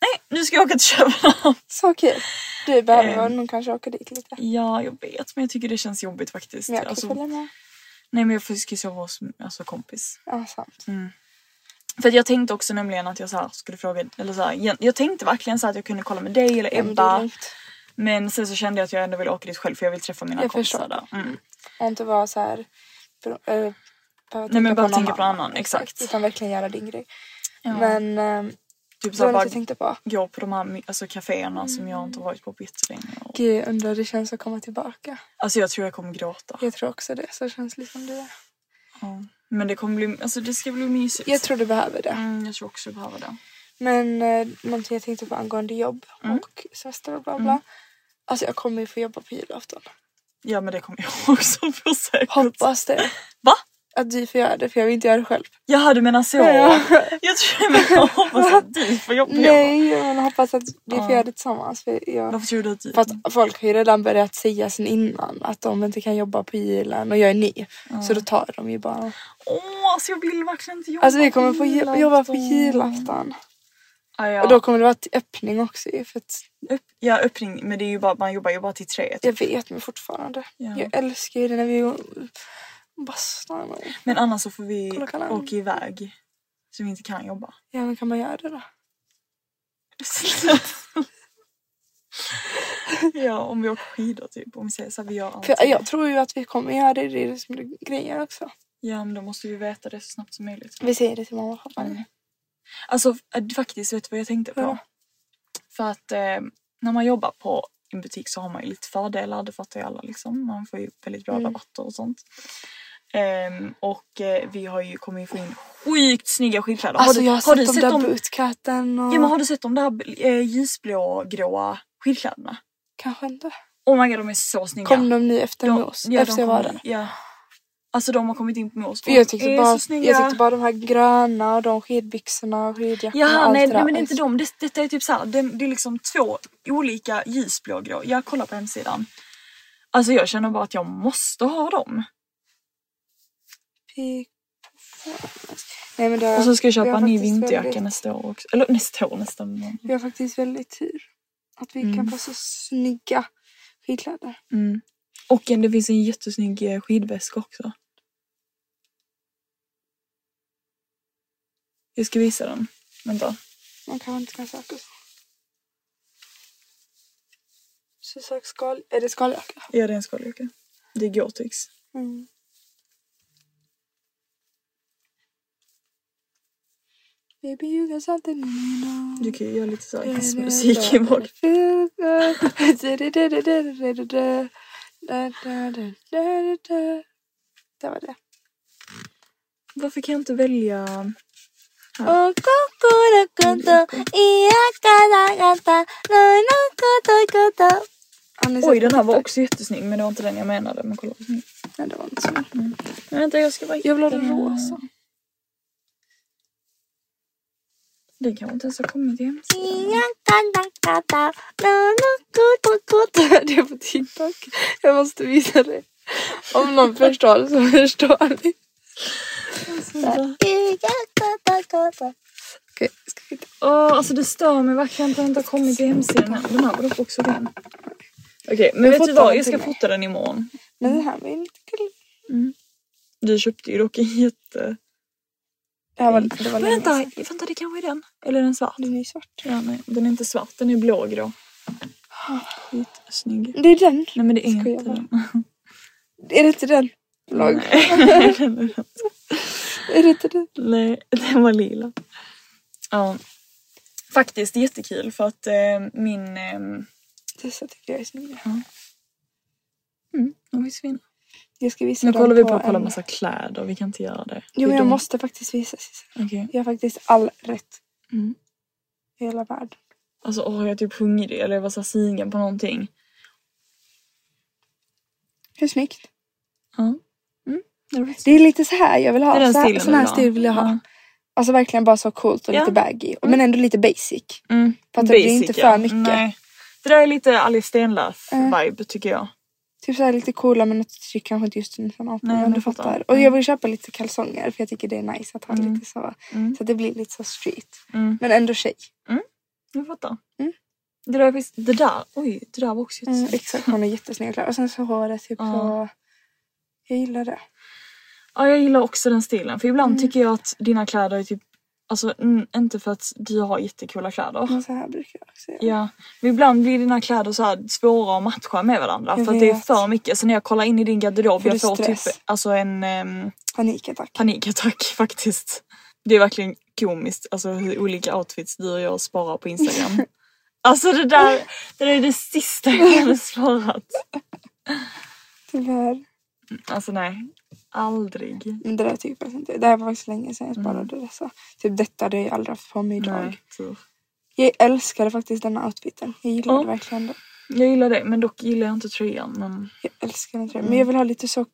[SPEAKER 1] Nej nu ska jag åka till Köpenhamn.
[SPEAKER 2] Så kul. Du behöver
[SPEAKER 1] Ehm.
[SPEAKER 2] nog kanske åka dit lite.
[SPEAKER 1] Ja jag vet men jag tycker det känns jobbigt faktiskt.
[SPEAKER 2] Men jag kan
[SPEAKER 1] Alltså,
[SPEAKER 2] följa med.
[SPEAKER 1] nej men jag får- ska sova hos alltså, kompis.
[SPEAKER 2] Ja, sant.
[SPEAKER 1] Mm. För att jag tänkte också nämligen att jag så här skulle fråga, eller så här, igen- jag tänkte verkligen så här att jag kunde kolla med dig eller
[SPEAKER 2] Ja, men det är
[SPEAKER 1] Ebba.
[SPEAKER 2] lugnt.
[SPEAKER 1] Men sen så kände jag att jag ändå vill åka dit själv för jag vill träffa mina
[SPEAKER 2] Jag
[SPEAKER 1] kompisar
[SPEAKER 2] förstår.
[SPEAKER 1] där. Mm.
[SPEAKER 2] Och inte vara så här bero- eh, bara
[SPEAKER 1] Nej men bara
[SPEAKER 2] någon
[SPEAKER 1] tänka på någon annan. Exakt.
[SPEAKER 2] Utan verkligen göra din grej.
[SPEAKER 1] Ja.
[SPEAKER 2] Men ehm,
[SPEAKER 1] typ
[SPEAKER 2] det var
[SPEAKER 1] så
[SPEAKER 2] något
[SPEAKER 1] bara
[SPEAKER 2] jag tänkte på.
[SPEAKER 1] gå på de här my- alltså, kaféerna som jag inte har varit på på jättelänge. Och-
[SPEAKER 2] Gud jag undrar hur det känns att komma tillbaka.
[SPEAKER 1] Alltså jag tror jag kommer gråta.
[SPEAKER 2] Jag tror också det. Så det känns lite som det.
[SPEAKER 1] Ja. Men det kommer bli, alltså det ska bli mysigt.
[SPEAKER 2] Jag tror du behöver det.
[SPEAKER 1] mm, jag tror också jag behöver det.
[SPEAKER 2] Men eh, någonting jag tänkte på angående jobb
[SPEAKER 1] Mm.
[SPEAKER 2] och semester och bla bla. Alltså jag kommer ju få jobba på julafton.
[SPEAKER 1] Ja men det kommer jag också få säkert.
[SPEAKER 2] Hoppas det.
[SPEAKER 1] Va?
[SPEAKER 2] Att du får göra det för jag vill inte göra det själv.
[SPEAKER 1] Jaha du menar så.
[SPEAKER 2] Ja.
[SPEAKER 1] Jag tror men jag hoppas att du får jobba.
[SPEAKER 2] Nej jag hoppas att vi får
[SPEAKER 1] Ja.
[SPEAKER 2] göra det tillsammans. För jag...
[SPEAKER 1] Varför tror du att du...
[SPEAKER 2] För att folk har ju redan börjat säga sen innan att de inte kan jobba på julen och jag är ny. Så då tar de ju bara.
[SPEAKER 1] Åh alltså jag vill verkligen inte jobba
[SPEAKER 2] Alltså vi kommer få ju-
[SPEAKER 1] julafton.
[SPEAKER 2] jobba på julafton.
[SPEAKER 1] Ja, ja.
[SPEAKER 2] Och då kommer det vara till öppning också ju, för att
[SPEAKER 1] Upp, ja öppning men det är ju bara, man jobbar ju bara till tre. typ.
[SPEAKER 2] jag vet men fortfarande.
[SPEAKER 1] Ja.
[SPEAKER 2] Jag älskar ju det när vi bastar. och-
[SPEAKER 1] Men annars så får vi
[SPEAKER 2] Kolla, kolla.
[SPEAKER 1] åka iväg. Så vi inte kan jobba.
[SPEAKER 2] Ja men kan man göra det då?
[SPEAKER 1] ja om vi åker skidor typ. Om vi säger så här, vi gör allt.
[SPEAKER 2] För jag, jag tror ju att vi kommer göra det, det är det som blir grejen också.
[SPEAKER 1] Ja men då måste vi veta det så snabbt som möjligt.
[SPEAKER 2] Vi säger det till mamma och pappa
[SPEAKER 1] Mm.
[SPEAKER 2] nu.
[SPEAKER 1] Alltså f- äh, faktiskt, vet du vad jag tänkte på?
[SPEAKER 2] Vadå?
[SPEAKER 1] För att eh, när man jobbar på en butik så har man ju lite fördelar, det fattar ju alla liksom. Man får ju väldigt
[SPEAKER 2] Mm.
[SPEAKER 1] bra rabatter och sånt. Ehm, och eh, vi har ju kommit få in sjukt snygga skidkläder.
[SPEAKER 2] Alltså
[SPEAKER 1] du-
[SPEAKER 2] jag har,
[SPEAKER 1] har du
[SPEAKER 2] sett, de där
[SPEAKER 1] dem-
[SPEAKER 2] bootcutten och
[SPEAKER 1] Ja men har du sett de där bl- eh, ljusblå-gråa skidkläderna?
[SPEAKER 2] kanske inte.
[SPEAKER 1] Oh my god de är så snygga.
[SPEAKER 2] Kom de nu efter
[SPEAKER 1] De-
[SPEAKER 2] mos?
[SPEAKER 1] ja, de
[SPEAKER 2] efter jag var
[SPEAKER 1] kom-
[SPEAKER 2] där.
[SPEAKER 1] Ja. Alltså de har kommit in på Mos.
[SPEAKER 2] För jag,
[SPEAKER 1] De
[SPEAKER 2] tyckte
[SPEAKER 1] är
[SPEAKER 2] bara,
[SPEAKER 1] så snygga.
[SPEAKER 2] jag tyckte bara de här gröna och de skidbyxorna och skidjackorna och
[SPEAKER 1] Jaha,
[SPEAKER 2] allt
[SPEAKER 1] nej,
[SPEAKER 2] det
[SPEAKER 1] nej
[SPEAKER 2] där.
[SPEAKER 1] men det är inte de. Det, detta är typ så här, det, det är liksom två olika ljusblågrå. Jag kollar på hemsidan. Alltså jag känner bara att jag måste ha dem.
[SPEAKER 2] Pik- Typ- Nej, men det har
[SPEAKER 1] Och så ska jag
[SPEAKER 2] vi
[SPEAKER 1] köpa
[SPEAKER 2] har
[SPEAKER 1] en ny
[SPEAKER 2] faktiskt
[SPEAKER 1] vinterjacka
[SPEAKER 2] väldigt-
[SPEAKER 1] nästa år också. Eller nästa år, nästa månad.
[SPEAKER 2] Vi har faktiskt väldigt tur. Att vi kan få så snygga skidkläder.
[SPEAKER 1] Mm. Och en- det finns en jättesnygg eh, skidväska också. Jag ska visa den. Vänta.
[SPEAKER 2] Man kanske inte kan söka så. Så sök skal... Är det skaljacka?
[SPEAKER 1] Ja, det är en skaljacka. Det är Gore-Tex.
[SPEAKER 2] Mm. Baby you got something you know.
[SPEAKER 1] Du kan ju göra lite så här jazzmusik i bak.
[SPEAKER 2] Det var det.
[SPEAKER 1] Varför kan jag inte välja...
[SPEAKER 2] Och kokoro koto, iakara gata, nono koto koto. Har ni sett
[SPEAKER 1] Oj, den här var
[SPEAKER 2] TikTok?
[SPEAKER 1] också jättesnygg men det var inte den jag menade. Men kolla vad snygg.
[SPEAKER 2] Nej, det var inte så.
[SPEAKER 1] Men vänta Mm. jag ska bara
[SPEAKER 2] Jag vill ha
[SPEAKER 1] den
[SPEAKER 2] den
[SPEAKER 1] här.
[SPEAKER 2] rosa.
[SPEAKER 1] Den kan inte ens ha kommit hem.
[SPEAKER 2] Iakara gata, nono koto koto. Det är på TikTok. Jag måste visa det. Om någon förstår så förstår ni. Iakara gata. Okej, ska vi ta-
[SPEAKER 1] Åh, alltså det stör mig verkligen att den inte har kommit till hemsidan. Den här var dock också ren. Okej, men
[SPEAKER 2] Jag
[SPEAKER 1] vet du
[SPEAKER 2] fotar
[SPEAKER 1] vad?
[SPEAKER 2] den
[SPEAKER 1] Jag ska
[SPEAKER 2] till mig.
[SPEAKER 1] fota den imorgon.
[SPEAKER 2] Men det här var ju lite kul.
[SPEAKER 1] Du köpte ju dock en jätte...
[SPEAKER 2] Det här var, det var
[SPEAKER 1] Men
[SPEAKER 2] länge
[SPEAKER 1] vänta,
[SPEAKER 2] sedan.
[SPEAKER 1] vänta det kanske är den. Eller är den svart?
[SPEAKER 2] Den är ju svart.
[SPEAKER 1] Ja, nej, den är inte svart. Den är blågrå. Ah. Skitsnygg.
[SPEAKER 2] Det är den.
[SPEAKER 1] Nej men det är
[SPEAKER 2] Ska jag
[SPEAKER 1] inte
[SPEAKER 2] bara-
[SPEAKER 1] den.
[SPEAKER 2] Är det inte den? Lag. Är det inte den?
[SPEAKER 1] Nej, den var lila. Ja. Faktiskt det är jättekul för att eh, min... ehm,
[SPEAKER 2] Tessa tycker jag är snygg.
[SPEAKER 1] de var ju svin.
[SPEAKER 2] Jag ska visa
[SPEAKER 1] Nu
[SPEAKER 2] dem
[SPEAKER 1] kollar vi på att kolla
[SPEAKER 2] en-
[SPEAKER 1] massa kläder, vi kan inte göra det.
[SPEAKER 2] Jo
[SPEAKER 1] Det
[SPEAKER 2] men
[SPEAKER 1] är
[SPEAKER 2] jag
[SPEAKER 1] dumt.
[SPEAKER 2] måste faktiskt visa Cissi.
[SPEAKER 1] Okej.
[SPEAKER 2] Jag har faktiskt all rätt.
[SPEAKER 1] Mm.
[SPEAKER 2] I hela världen.
[SPEAKER 1] Alltså åh, jag är typ hungrig eller jag var så här sugen på någonting.
[SPEAKER 2] Hur snyggt?
[SPEAKER 1] Ja. Mm. Det var faktiskt-
[SPEAKER 2] Det är lite så här jag vill
[SPEAKER 1] Det är
[SPEAKER 2] ha.
[SPEAKER 1] den
[SPEAKER 2] Så här,
[SPEAKER 1] stilen
[SPEAKER 2] sån här
[SPEAKER 1] du vill ha.
[SPEAKER 2] stil vill jag ha.
[SPEAKER 1] Ja.
[SPEAKER 2] Alltså verkligen bara så coolt och
[SPEAKER 1] Ja.
[SPEAKER 2] lite baggy. Men ändå lite basic.
[SPEAKER 1] Mm.
[SPEAKER 2] Fattar du? Det är inte
[SPEAKER 1] Basic,
[SPEAKER 2] för mycket.
[SPEAKER 1] Nej. Det där är lite Alice Stenlöf vibe tycker jag.
[SPEAKER 2] Typ så här lite coola men något tryck kanske inte just en sån apa.
[SPEAKER 1] Nej, Mm.
[SPEAKER 2] men du fattar. Och jag vill köpa lite kalsonger för jag tycker det är nice att ha lite så. Så att det blir lite så street.
[SPEAKER 1] Mm.
[SPEAKER 2] Men ändå tjej.
[SPEAKER 1] Jag fattar.
[SPEAKER 2] Mm.
[SPEAKER 1] Det där, är faktiskt- det där, oj, det där var också
[SPEAKER 2] Mm,
[SPEAKER 1] jättesnyggt.
[SPEAKER 2] exakt, hon har jättesnygga kläder. Och sen så håret typ
[SPEAKER 1] Ja.
[SPEAKER 2] så... Jag gillar det. Mm.
[SPEAKER 1] Ja, jag gillar också den stilen. För ibland tycker jag att dina kläder är typ Alltså mm, inte för att du har jättekula kläder.
[SPEAKER 2] Men så här brukar jag också göra.
[SPEAKER 1] Ja, men ibland blir dina kläder så här svåra att matcha med varandra
[SPEAKER 2] Jag
[SPEAKER 1] för att det är
[SPEAKER 2] vet.
[SPEAKER 1] för mycket. Så när jag kollar in i din garderob
[SPEAKER 2] Får
[SPEAKER 1] jag
[SPEAKER 2] du
[SPEAKER 1] får
[SPEAKER 2] stress?
[SPEAKER 1] typ alltså en ehm,
[SPEAKER 2] Panikattack.
[SPEAKER 1] panikattack faktiskt. Det är verkligen komiskt alltså hur olika outfits du och jag sparar på Instagram. Alltså det där, det där är det sista jag har sparat.
[SPEAKER 2] Tyvärr.
[SPEAKER 1] Alltså nej, aldrig.
[SPEAKER 2] Men det där tycker jag faktiskt inte. Det här var faktiskt länge sedan jag sparade dessa. Typ detta hade jag aldrig haft på mig idag.
[SPEAKER 1] Mm. Nej, tur.
[SPEAKER 2] Jag älskade faktiskt denna outfiten. Jag gillade
[SPEAKER 1] Ja.
[SPEAKER 2] verkligen den.
[SPEAKER 1] Jag gillar det men dock gillar jag inte tröjan. Men...
[SPEAKER 2] Jag älskar den
[SPEAKER 1] Mm.
[SPEAKER 2] tröjan. Men jag vill ha lite så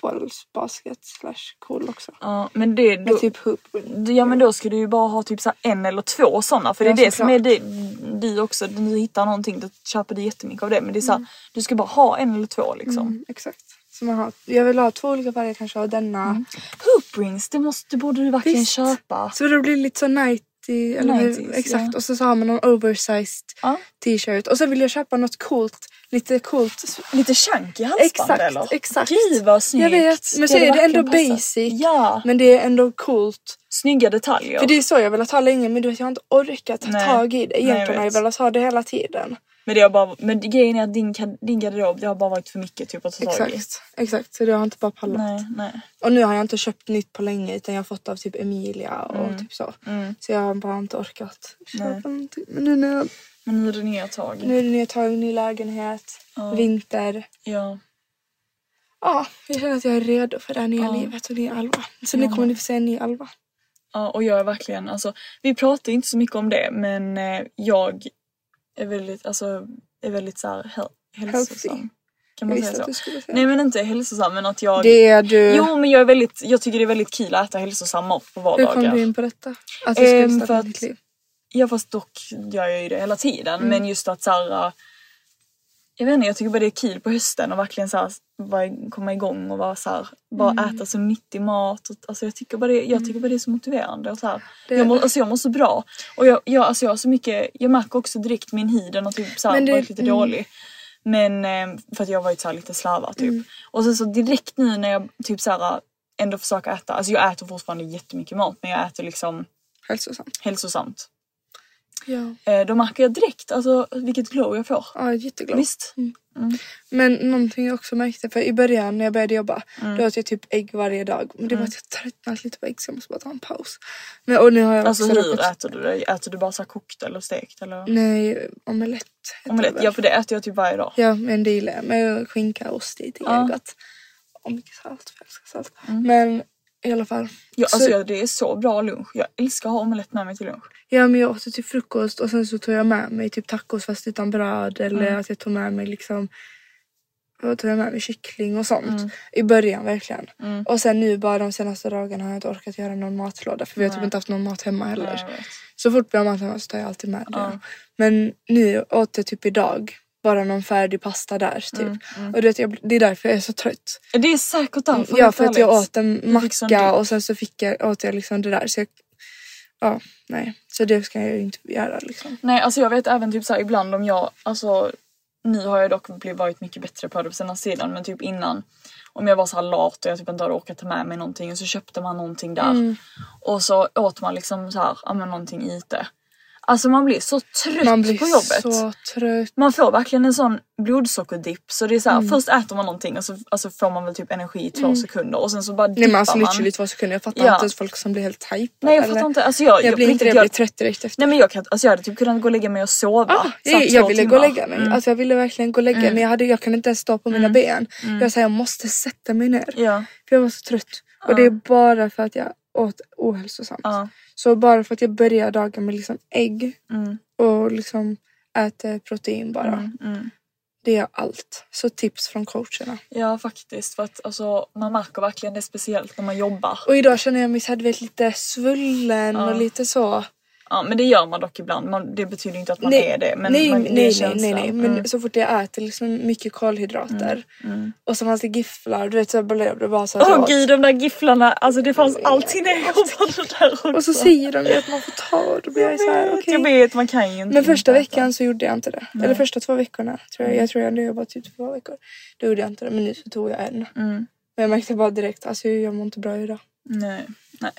[SPEAKER 2] fotbollsbasket slash cool också.
[SPEAKER 1] Ja, men det, då,
[SPEAKER 2] Med typ hoop.
[SPEAKER 1] Ja men då ska du ju bara ha typ så här en eller två sådana för det är
[SPEAKER 2] Ja,
[SPEAKER 1] det som
[SPEAKER 2] såklart.
[SPEAKER 1] är det, du också, när du hittar någonting då köper du jättemycket av det men det är så här, du ska bara ha en eller två liksom.
[SPEAKER 2] Mm, exakt. Så man har, jag vill ha två olika färger kanske och denna.
[SPEAKER 1] Hoop rings, det, måste, det borde du verkligen
[SPEAKER 2] Visst.
[SPEAKER 1] Mm. köpa.
[SPEAKER 2] Så då blir det lite så 90 eller hur-
[SPEAKER 1] 90s,
[SPEAKER 2] exakt.
[SPEAKER 1] ja.
[SPEAKER 2] Och så, så har man någon oversized
[SPEAKER 1] Ja.
[SPEAKER 2] t-shirt. Och så vill jag köpa något coolt. Lite coolt.
[SPEAKER 1] Lite chunky halsband
[SPEAKER 2] Exakt,
[SPEAKER 1] eller?
[SPEAKER 2] exakt.
[SPEAKER 1] Gud vad snyggt.
[SPEAKER 2] Jag vet, men så är det ändå
[SPEAKER 1] verkligen
[SPEAKER 2] basic.
[SPEAKER 1] Ja,
[SPEAKER 2] Men det är ändå coolt.
[SPEAKER 1] snygga detaljer.
[SPEAKER 2] För det är så jag velat ha länge men du vet jag har inte orkat ta
[SPEAKER 1] Nej.
[SPEAKER 2] tag i det.
[SPEAKER 1] Nej, jag
[SPEAKER 2] Egentligen har jag
[SPEAKER 1] vet.
[SPEAKER 2] velat ha det hela tiden.
[SPEAKER 1] Men, det har bara, men grejen är att din, kad- din garderob det har bara varit för mycket typ att ta tag i.
[SPEAKER 2] Exakt, exakt. Så det har jag inte bara pallat.
[SPEAKER 1] Nej, nej.
[SPEAKER 2] Och nu har jag inte köpt nytt på länge utan jag har fått av typ Emilia och typ så.
[SPEAKER 1] Mm.
[SPEAKER 2] Så jag har bara inte orkat köpa någonting. Men nu, när jag,
[SPEAKER 1] Men nu är det nya tag.
[SPEAKER 2] nu är det nya tag, ny lägenhet, vinter.
[SPEAKER 1] Ja.
[SPEAKER 2] Ja, jag känner att jag är redo för det här nya livet och nya Alva. Så nu kommer ni få se en ny Alva.
[SPEAKER 1] Ja, och jag är verkligen, alltså vi pratar inte så mycket om det men eh, jag är väldigt, alltså är väldigt såhär hel-
[SPEAKER 2] Healthy.
[SPEAKER 1] hälsosam. Kan
[SPEAKER 2] Jag
[SPEAKER 1] man
[SPEAKER 2] visste
[SPEAKER 1] säga
[SPEAKER 2] att
[SPEAKER 1] så?
[SPEAKER 2] du skulle säga
[SPEAKER 1] Nej men inte hälsosam men att jag...
[SPEAKER 2] det. är du.
[SPEAKER 1] Jo men jag är väldigt, jag tycker det är väldigt kul att äta hälsosam mat på
[SPEAKER 2] Hur kom du
[SPEAKER 1] vardagar.
[SPEAKER 2] in på detta? Att du Alltså, skulle
[SPEAKER 1] Ehm,
[SPEAKER 2] starta
[SPEAKER 1] för
[SPEAKER 2] ditt
[SPEAKER 1] att-
[SPEAKER 2] liv? Mm.
[SPEAKER 1] Ja fast dock gör jag ju det hela tiden men just att såhär... eh, Jag vet inte, jag tycker bara det är kul på hösten och verkligen såhär bara komma igång och vara såhär, bara
[SPEAKER 2] Mm.
[SPEAKER 1] äta så nyttig mat. Och, alltså jag tycker bara det, jag tycker bara det är så motiverande. Och såhär,
[SPEAKER 2] Det är
[SPEAKER 1] jag, må,
[SPEAKER 2] det.
[SPEAKER 1] alltså jag mår så bra. Och jag, jag, alltså jag har så mycket, jag märker också direkt min hy, den har typ såhär
[SPEAKER 2] Men det-
[SPEAKER 1] varit lite
[SPEAKER 2] mm.
[SPEAKER 1] dålig. Men eh, för att jag har varit såhär lite slarvad typ.
[SPEAKER 2] Mm.
[SPEAKER 1] Och sen så direkt nu när jag typ såhär ändå försöker äta, alltså jag äter fortfarande jättemycket mat men jag äter liksom
[SPEAKER 2] Hälsosamt.
[SPEAKER 1] hälsosamt.
[SPEAKER 2] Ja.
[SPEAKER 1] Eh, då märker jag direkt alltså, vilket glow jag får.
[SPEAKER 2] Ja, jag är jätteglad.
[SPEAKER 1] Visst?
[SPEAKER 2] Men någonting jag också märkte, för i början när jag började jobba
[SPEAKER 1] Mm.
[SPEAKER 2] då åt jag typ ägg varje dag. Men det var att jag tröttnat lite på ägg så jag måste bara ta en paus. Men, och nu har jag
[SPEAKER 1] Alltså
[SPEAKER 2] också Mm,
[SPEAKER 1] hur
[SPEAKER 2] råkat-
[SPEAKER 1] äter du det? Äter du bara såhär kokt eller stekt eller?
[SPEAKER 2] Nej, omelett. heter
[SPEAKER 1] Omelett?
[SPEAKER 2] det väl.
[SPEAKER 1] Ja för det äter jag typ varje dag.
[SPEAKER 2] ja, men det gillar jag. Med skinka och ost i tycker jag är
[SPEAKER 1] Ja. Mm.
[SPEAKER 2] gott. Och mycket salt, för jag älskar salt. Men i alla fall.
[SPEAKER 1] Ja,
[SPEAKER 2] Så-
[SPEAKER 1] alltså jag, det är så bra lunch. Jag älskar att ha omelett med mig till lunch.
[SPEAKER 2] Ja men jag åt det till frukost och sen så tog jag med mig typ tacos fast utan bröd eller att jag tog med mig liksom vad tog jag med mig kyckling och sånt i början verkligen. Och sen nu bara de senaste dagarna har jag inte orkat göra någon matlåda för vi har typ inte haft någon mat hemma heller.
[SPEAKER 1] jag vet.
[SPEAKER 2] så fort vi har mat hemma så tar jag alltid med det. Men nu åt jag typ idag bara någon färdig pasta där typ. Och du vet, jag, det är därför jag är så trött.
[SPEAKER 1] Det är säkert därför.
[SPEAKER 2] ja
[SPEAKER 1] helt
[SPEAKER 2] för att jag
[SPEAKER 1] ärligt.
[SPEAKER 2] åt en
[SPEAKER 1] Du fick sån
[SPEAKER 2] macka
[SPEAKER 1] dipp.
[SPEAKER 2] och sen så fick jag, åt jag liksom det där. Så jag, ja, nej. Så det ska jag ju inte göra liksom.
[SPEAKER 1] Nej alltså jag vet även typ såhär ibland om jag, alltså nu har jag dock blivit varit mycket bättre på det på senaste tiden men typ innan om jag var så här lat och jag typ inte hade orkat ta med mig någonting och så köpte man någonting där
[SPEAKER 2] Mm.
[SPEAKER 1] och så åt man liksom så här, ja men någonting i det. Alltså man blir så trött
[SPEAKER 2] Man blir
[SPEAKER 1] på jobbet.
[SPEAKER 2] så trött.
[SPEAKER 1] Man får verkligen en sån blodsockerdipp så det är så
[SPEAKER 2] Mm.
[SPEAKER 1] här, först äter man någonting och så alltså, får man väl typ energi i två sekunder och sen så bara
[SPEAKER 2] Nej
[SPEAKER 1] dippar
[SPEAKER 2] men alltså
[SPEAKER 1] man.
[SPEAKER 2] literally två sekunder. Jag fattar
[SPEAKER 1] Ja.
[SPEAKER 2] inte ens folk som blir helt hypade.
[SPEAKER 1] Nej jag
[SPEAKER 2] eller-
[SPEAKER 1] fattar inte, alltså jag,
[SPEAKER 2] Jag, blir
[SPEAKER 1] på
[SPEAKER 2] inte det,
[SPEAKER 1] riktigt,
[SPEAKER 2] jag blir trött direkt efter.
[SPEAKER 1] Nej men jag, kan, alltså jag hade typ kunnat gå och lägga mig och sova.
[SPEAKER 2] Ah,
[SPEAKER 1] så här
[SPEAKER 2] jag,
[SPEAKER 1] två
[SPEAKER 2] jag ville gå och
[SPEAKER 1] timmar. Mm.
[SPEAKER 2] lägga mig. Alltså jag ville verkligen gå och lägga mig. Jag, hade, jag kunde inte ens stå på mina ben. Jag sa jag måste sätta mig ner.
[SPEAKER 1] Mm. Ja.
[SPEAKER 2] För jag var så trött. Och det är bara för att jag åt ohälsosamt.
[SPEAKER 1] Ja.
[SPEAKER 2] Så bara för att jag börjar dagen med liksom ägg
[SPEAKER 1] Mm.
[SPEAKER 2] och liksom äter protein bara. Det är allt. Så tips från coacherna.
[SPEAKER 1] Ja faktiskt för att alltså, man märker verkligen det speciellt när man jobbar.
[SPEAKER 2] Och idag känner jag mig så här, du vet, lite svullen och lite så.
[SPEAKER 1] Ja, men det gör man dock ibland. Man, det betyder inte att man är det men
[SPEAKER 2] nej,
[SPEAKER 1] man, det
[SPEAKER 2] nej,
[SPEAKER 1] är
[SPEAKER 2] nej,
[SPEAKER 1] känslan. Mm.
[SPEAKER 2] nej, nej. Men så fort jag äter liksom mycket kolhydrater och så fanns det gifflar, du vet så blev det bara så att
[SPEAKER 1] Åh
[SPEAKER 2] jag åt.
[SPEAKER 1] gud de där gifflarna, alltså det fanns alltid när jag jobbade där också.
[SPEAKER 2] Och så säger de ju att man får ta och då blir jag så här okej.
[SPEAKER 1] Jag vet, man kan ju inte.
[SPEAKER 2] Men första
[SPEAKER 1] Mm, inte äta. Mm.
[SPEAKER 2] veckan så gjorde jag inte det. Eller första två veckorna tror jag. Jag tror jag hade jobbat typ två veckor. Då gjorde jag inte det men nu så tog
[SPEAKER 1] Mm.
[SPEAKER 2] jag en. Men jag märkte bara direkt, alltså jag mår inte bra idag.
[SPEAKER 1] Nej, nej.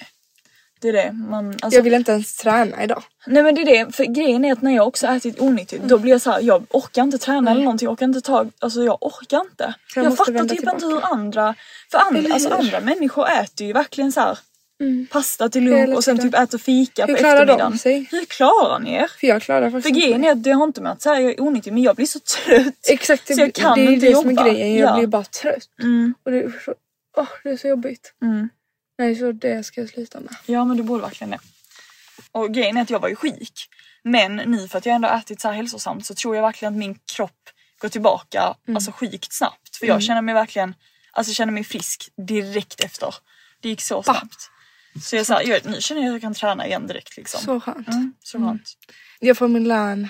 [SPEAKER 1] Det är det. Man, alltså,
[SPEAKER 2] Jag vill inte ens träna idag.
[SPEAKER 1] Nej men det är det, för grejen är att när jag också ätit onyttigt då blir jag så här, jag orkar inte träna eller någonting, jag orkar inte ta, alltså jag orkar inte.
[SPEAKER 2] Jag
[SPEAKER 1] Jag,
[SPEAKER 2] måste
[SPEAKER 1] fattar
[SPEAKER 2] vända
[SPEAKER 1] typ inte hur
[SPEAKER 2] tillbaka.
[SPEAKER 1] andra, för
[SPEAKER 2] Eller
[SPEAKER 1] andra, alltså
[SPEAKER 2] hur?
[SPEAKER 1] andra människor äter ju verkligen så här pasta till
[SPEAKER 2] Hela
[SPEAKER 1] lunch och sen
[SPEAKER 2] tiden.
[SPEAKER 1] typ äter fika
[SPEAKER 2] Hur
[SPEAKER 1] på
[SPEAKER 2] klarar de
[SPEAKER 1] eftermiddagen.
[SPEAKER 2] sig?
[SPEAKER 1] Hur klarar ni er?
[SPEAKER 2] För jag klarar faktiskt
[SPEAKER 1] För grejen är att det har inte med att säga jag är onyttig men jag blir så trött.
[SPEAKER 2] Exakt, det,
[SPEAKER 1] Så jag kan
[SPEAKER 2] det är ju
[SPEAKER 1] inte
[SPEAKER 2] det som är
[SPEAKER 1] jobba.
[SPEAKER 2] grejen. Jag
[SPEAKER 1] Ja.
[SPEAKER 2] blir bara trött.
[SPEAKER 1] Mm,
[SPEAKER 2] Och det, är så, åh, det är så jobbigt.
[SPEAKER 1] mm.
[SPEAKER 2] Nej, så det ska jag sluta med.
[SPEAKER 1] Ja men du borde verkligen det. Och grejen är att jag var ju sjuk. Men nu för att jag ändå har ätit så här hälsosamt så tror jag verkligen att min kropp går tillbaka
[SPEAKER 2] Mm.
[SPEAKER 1] alltså sjukt snabbt. För jag känner mig verkligen alltså jag känner mig frisk direkt efter. Det gick så snabbt. Så jag, så här, jag, nu känner jag att jag kan träna igen direkt liksom.
[SPEAKER 2] Så skönt.
[SPEAKER 1] Mm, så skönt.
[SPEAKER 2] Jag får min lön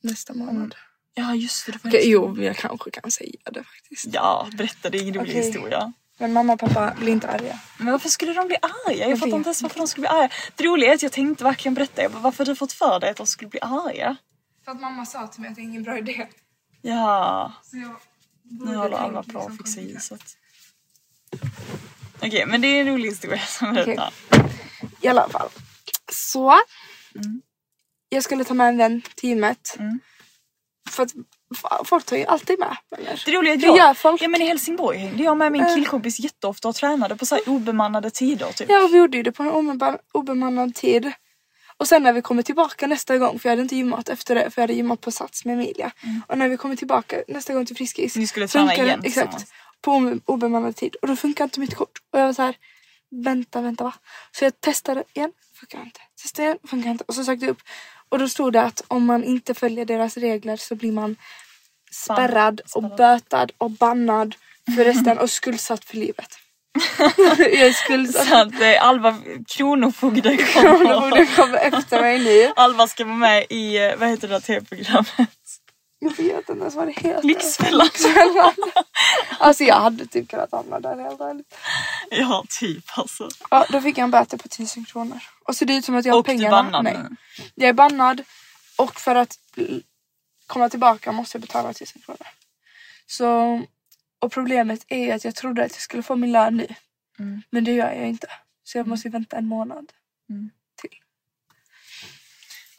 [SPEAKER 2] nästa
[SPEAKER 1] Mm.
[SPEAKER 2] månad.
[SPEAKER 1] Ja just det. det var
[SPEAKER 2] Okej,
[SPEAKER 1] just-
[SPEAKER 2] jo, jag kanske kan säga det faktiskt.
[SPEAKER 1] Ja berätta det är en rolig
[SPEAKER 2] Okej.
[SPEAKER 1] historia.
[SPEAKER 2] Men mamma och pappa blir inte arga.
[SPEAKER 1] Men varför skulle de bli arga? Jag, fattar
[SPEAKER 2] vet
[SPEAKER 1] inte ens varför de skulle bli arga. Det roliga är att jag tänkte verkligen berätta. Jag bara, varför har du fått för dig att de skulle bli arga?
[SPEAKER 2] För att mamma sa till mig att det är ingen bra idé.
[SPEAKER 1] Ja,
[SPEAKER 2] Så jag
[SPEAKER 1] nu håller alla på
[SPEAKER 2] liksom
[SPEAKER 1] att fixa i huset. Okej, men det är en rolig historia som
[SPEAKER 2] Okej.
[SPEAKER 1] berättar.
[SPEAKER 2] I alla fall. Så. Jag skulle ta med en vän till gymmet.
[SPEAKER 1] Mm.
[SPEAKER 2] För att f- folk tar ju alltid med vänner.
[SPEAKER 1] Det roliga är att
[SPEAKER 2] Det
[SPEAKER 1] jag,
[SPEAKER 2] gör folk. Eh.
[SPEAKER 1] ja, men i Helsingborg hängde jag med min killkompis jätteofta och tränade på så här obemannade tider typ.
[SPEAKER 2] Ja, och vi gjorde ju det på en obeman- obemannad tid. Och sen när vi kommer tillbaka nästa gång, för jag hade inte gymmat efter det, för jag hade gymmat på Sats med Emilia. Och när vi kommer tillbaka nästa gång till Friskis.
[SPEAKER 1] Mm. Ni skulle träna
[SPEAKER 2] funkar det-
[SPEAKER 1] igen
[SPEAKER 2] Exakt.
[SPEAKER 1] tillsammans.
[SPEAKER 2] På obe- obemannad tid. Och då funkar inte mitt kort. Och jag var så här, vänta, vänta va? Så jag testade igen, funkar inte. Testade igen, funkar inte. Och så sökte jag upp. Och då stod det att om man inte följer deras regler så blir man spärrad och bötad och bannad för resten och skuldsatt för livet. jag är skuldsatt.
[SPEAKER 1] Så att eh, Alva Kronofogde
[SPEAKER 2] Hon
[SPEAKER 1] kommer.
[SPEAKER 2] borde komma efter mig nu.
[SPEAKER 1] Alva ska vara med i, eh, vad heter det där tv-programmet?
[SPEAKER 2] Jag vet inte ens vad det heter.
[SPEAKER 1] Lyxfällan.
[SPEAKER 2] Lyxfällan. alltså jag hade typ kunnat hamna där helt ärligt.
[SPEAKER 1] Ja, typ alltså.
[SPEAKER 2] Ja, då fick jag en böter på 1000 kronor. Och så det är ut som att jag har
[SPEAKER 1] Och du
[SPEAKER 2] pengarna.
[SPEAKER 1] bannade
[SPEAKER 2] Nej.
[SPEAKER 1] nu.
[SPEAKER 2] Jag är bannad och för att l- komma tillbaka måste jag betala 1000 kronor. Så, och problemet är ju att jag trodde att jag skulle få min lön nu.
[SPEAKER 1] Mm.
[SPEAKER 2] Men det gör jag inte. Så jag måste ju vänta en månad.
[SPEAKER 1] Mm.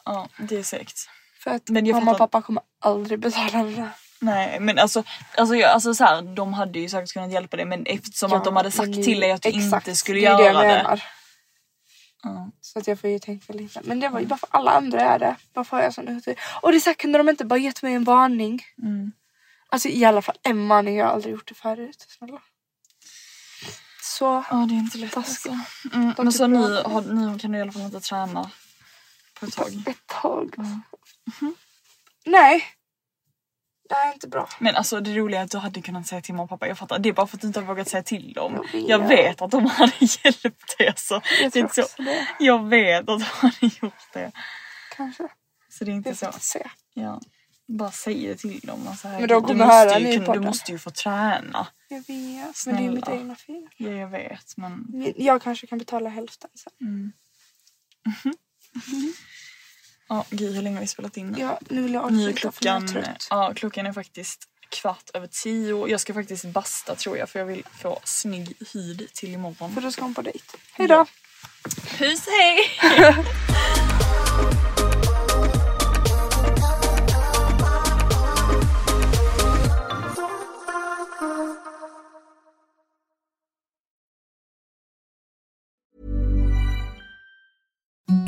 [SPEAKER 1] Ja, det är segt.
[SPEAKER 2] För att
[SPEAKER 1] Men jag
[SPEAKER 2] mamma och
[SPEAKER 1] fattar.
[SPEAKER 2] pappa kommer aldrig betala det där.
[SPEAKER 1] Nej men alltså, alltså, jag, alltså så här, de hade ju säkert kunnat hjälpa dig men eftersom att de hade
[SPEAKER 2] men
[SPEAKER 1] sagt
[SPEAKER 2] det-
[SPEAKER 1] till dig att du
[SPEAKER 2] exakt,
[SPEAKER 1] inte skulle
[SPEAKER 2] det är
[SPEAKER 1] göra
[SPEAKER 2] det
[SPEAKER 1] det.
[SPEAKER 2] jag menar.
[SPEAKER 1] Ja.
[SPEAKER 2] Så att jag får ju tänka lite. Men det var ju bara för alla andra är det. Varför har jag sån otur? Och det är så här, kunde de inte bara gett mig en varning?
[SPEAKER 1] Mm.
[SPEAKER 2] Alltså i alla fall en varning. Jag har aldrig gjort det förut. Snälla. Så.
[SPEAKER 1] Ja det är inte lätt alltså.
[SPEAKER 2] Taskiga.
[SPEAKER 1] Mm,
[SPEAKER 2] De
[SPEAKER 1] men så
[SPEAKER 2] tycker
[SPEAKER 1] nu,
[SPEAKER 2] om det.
[SPEAKER 1] har, nu kan du i alla fall inte träna på ett tag.
[SPEAKER 2] Ett tag. alltså.
[SPEAKER 1] Mm. Mhm.
[SPEAKER 2] Nej. Det här är inte bra.
[SPEAKER 1] Men alltså det roliga är att du hade kunnat säga till mamma och pappa, jag fattar. Det är bara för att du inte har vågat säga till dem.
[SPEAKER 2] Jag vet.
[SPEAKER 1] Jag vet att de hade hjälpt dig alltså.
[SPEAKER 2] Jag
[SPEAKER 1] Det är
[SPEAKER 2] tror
[SPEAKER 1] inte så.
[SPEAKER 2] också det.
[SPEAKER 1] Jag vet att de hade gjort det.
[SPEAKER 2] Kanske.
[SPEAKER 1] Så det är inte
[SPEAKER 2] Vi
[SPEAKER 1] så.
[SPEAKER 2] får se.
[SPEAKER 1] Ja. Bara säg det till dem. Alltså,
[SPEAKER 2] Men de
[SPEAKER 1] du
[SPEAKER 2] kommer
[SPEAKER 1] måste
[SPEAKER 2] höra
[SPEAKER 1] ju
[SPEAKER 2] nu i
[SPEAKER 1] kunna- Du
[SPEAKER 2] podden.
[SPEAKER 1] måste ju få träna.
[SPEAKER 2] Jag vet. Men det är ju mitt
[SPEAKER 1] Snälla.
[SPEAKER 2] egna fel.
[SPEAKER 1] Ja, jag vet men
[SPEAKER 2] Men Jag kanske kan betala hälften sen.
[SPEAKER 1] Mm. Ja, gud hur länge har vi spelat in nu?
[SPEAKER 2] Ja, nu vill jag
[SPEAKER 1] nu är
[SPEAKER 2] avsluta för jag är
[SPEAKER 1] klockan,
[SPEAKER 2] trött.
[SPEAKER 1] ja, klockan är faktiskt kvart över tio. Jag ska faktiskt basta tror jag för jag vill få snygg hud till imorgon.
[SPEAKER 2] För då ska hon på dejt. Hejdå!
[SPEAKER 1] Puss hej!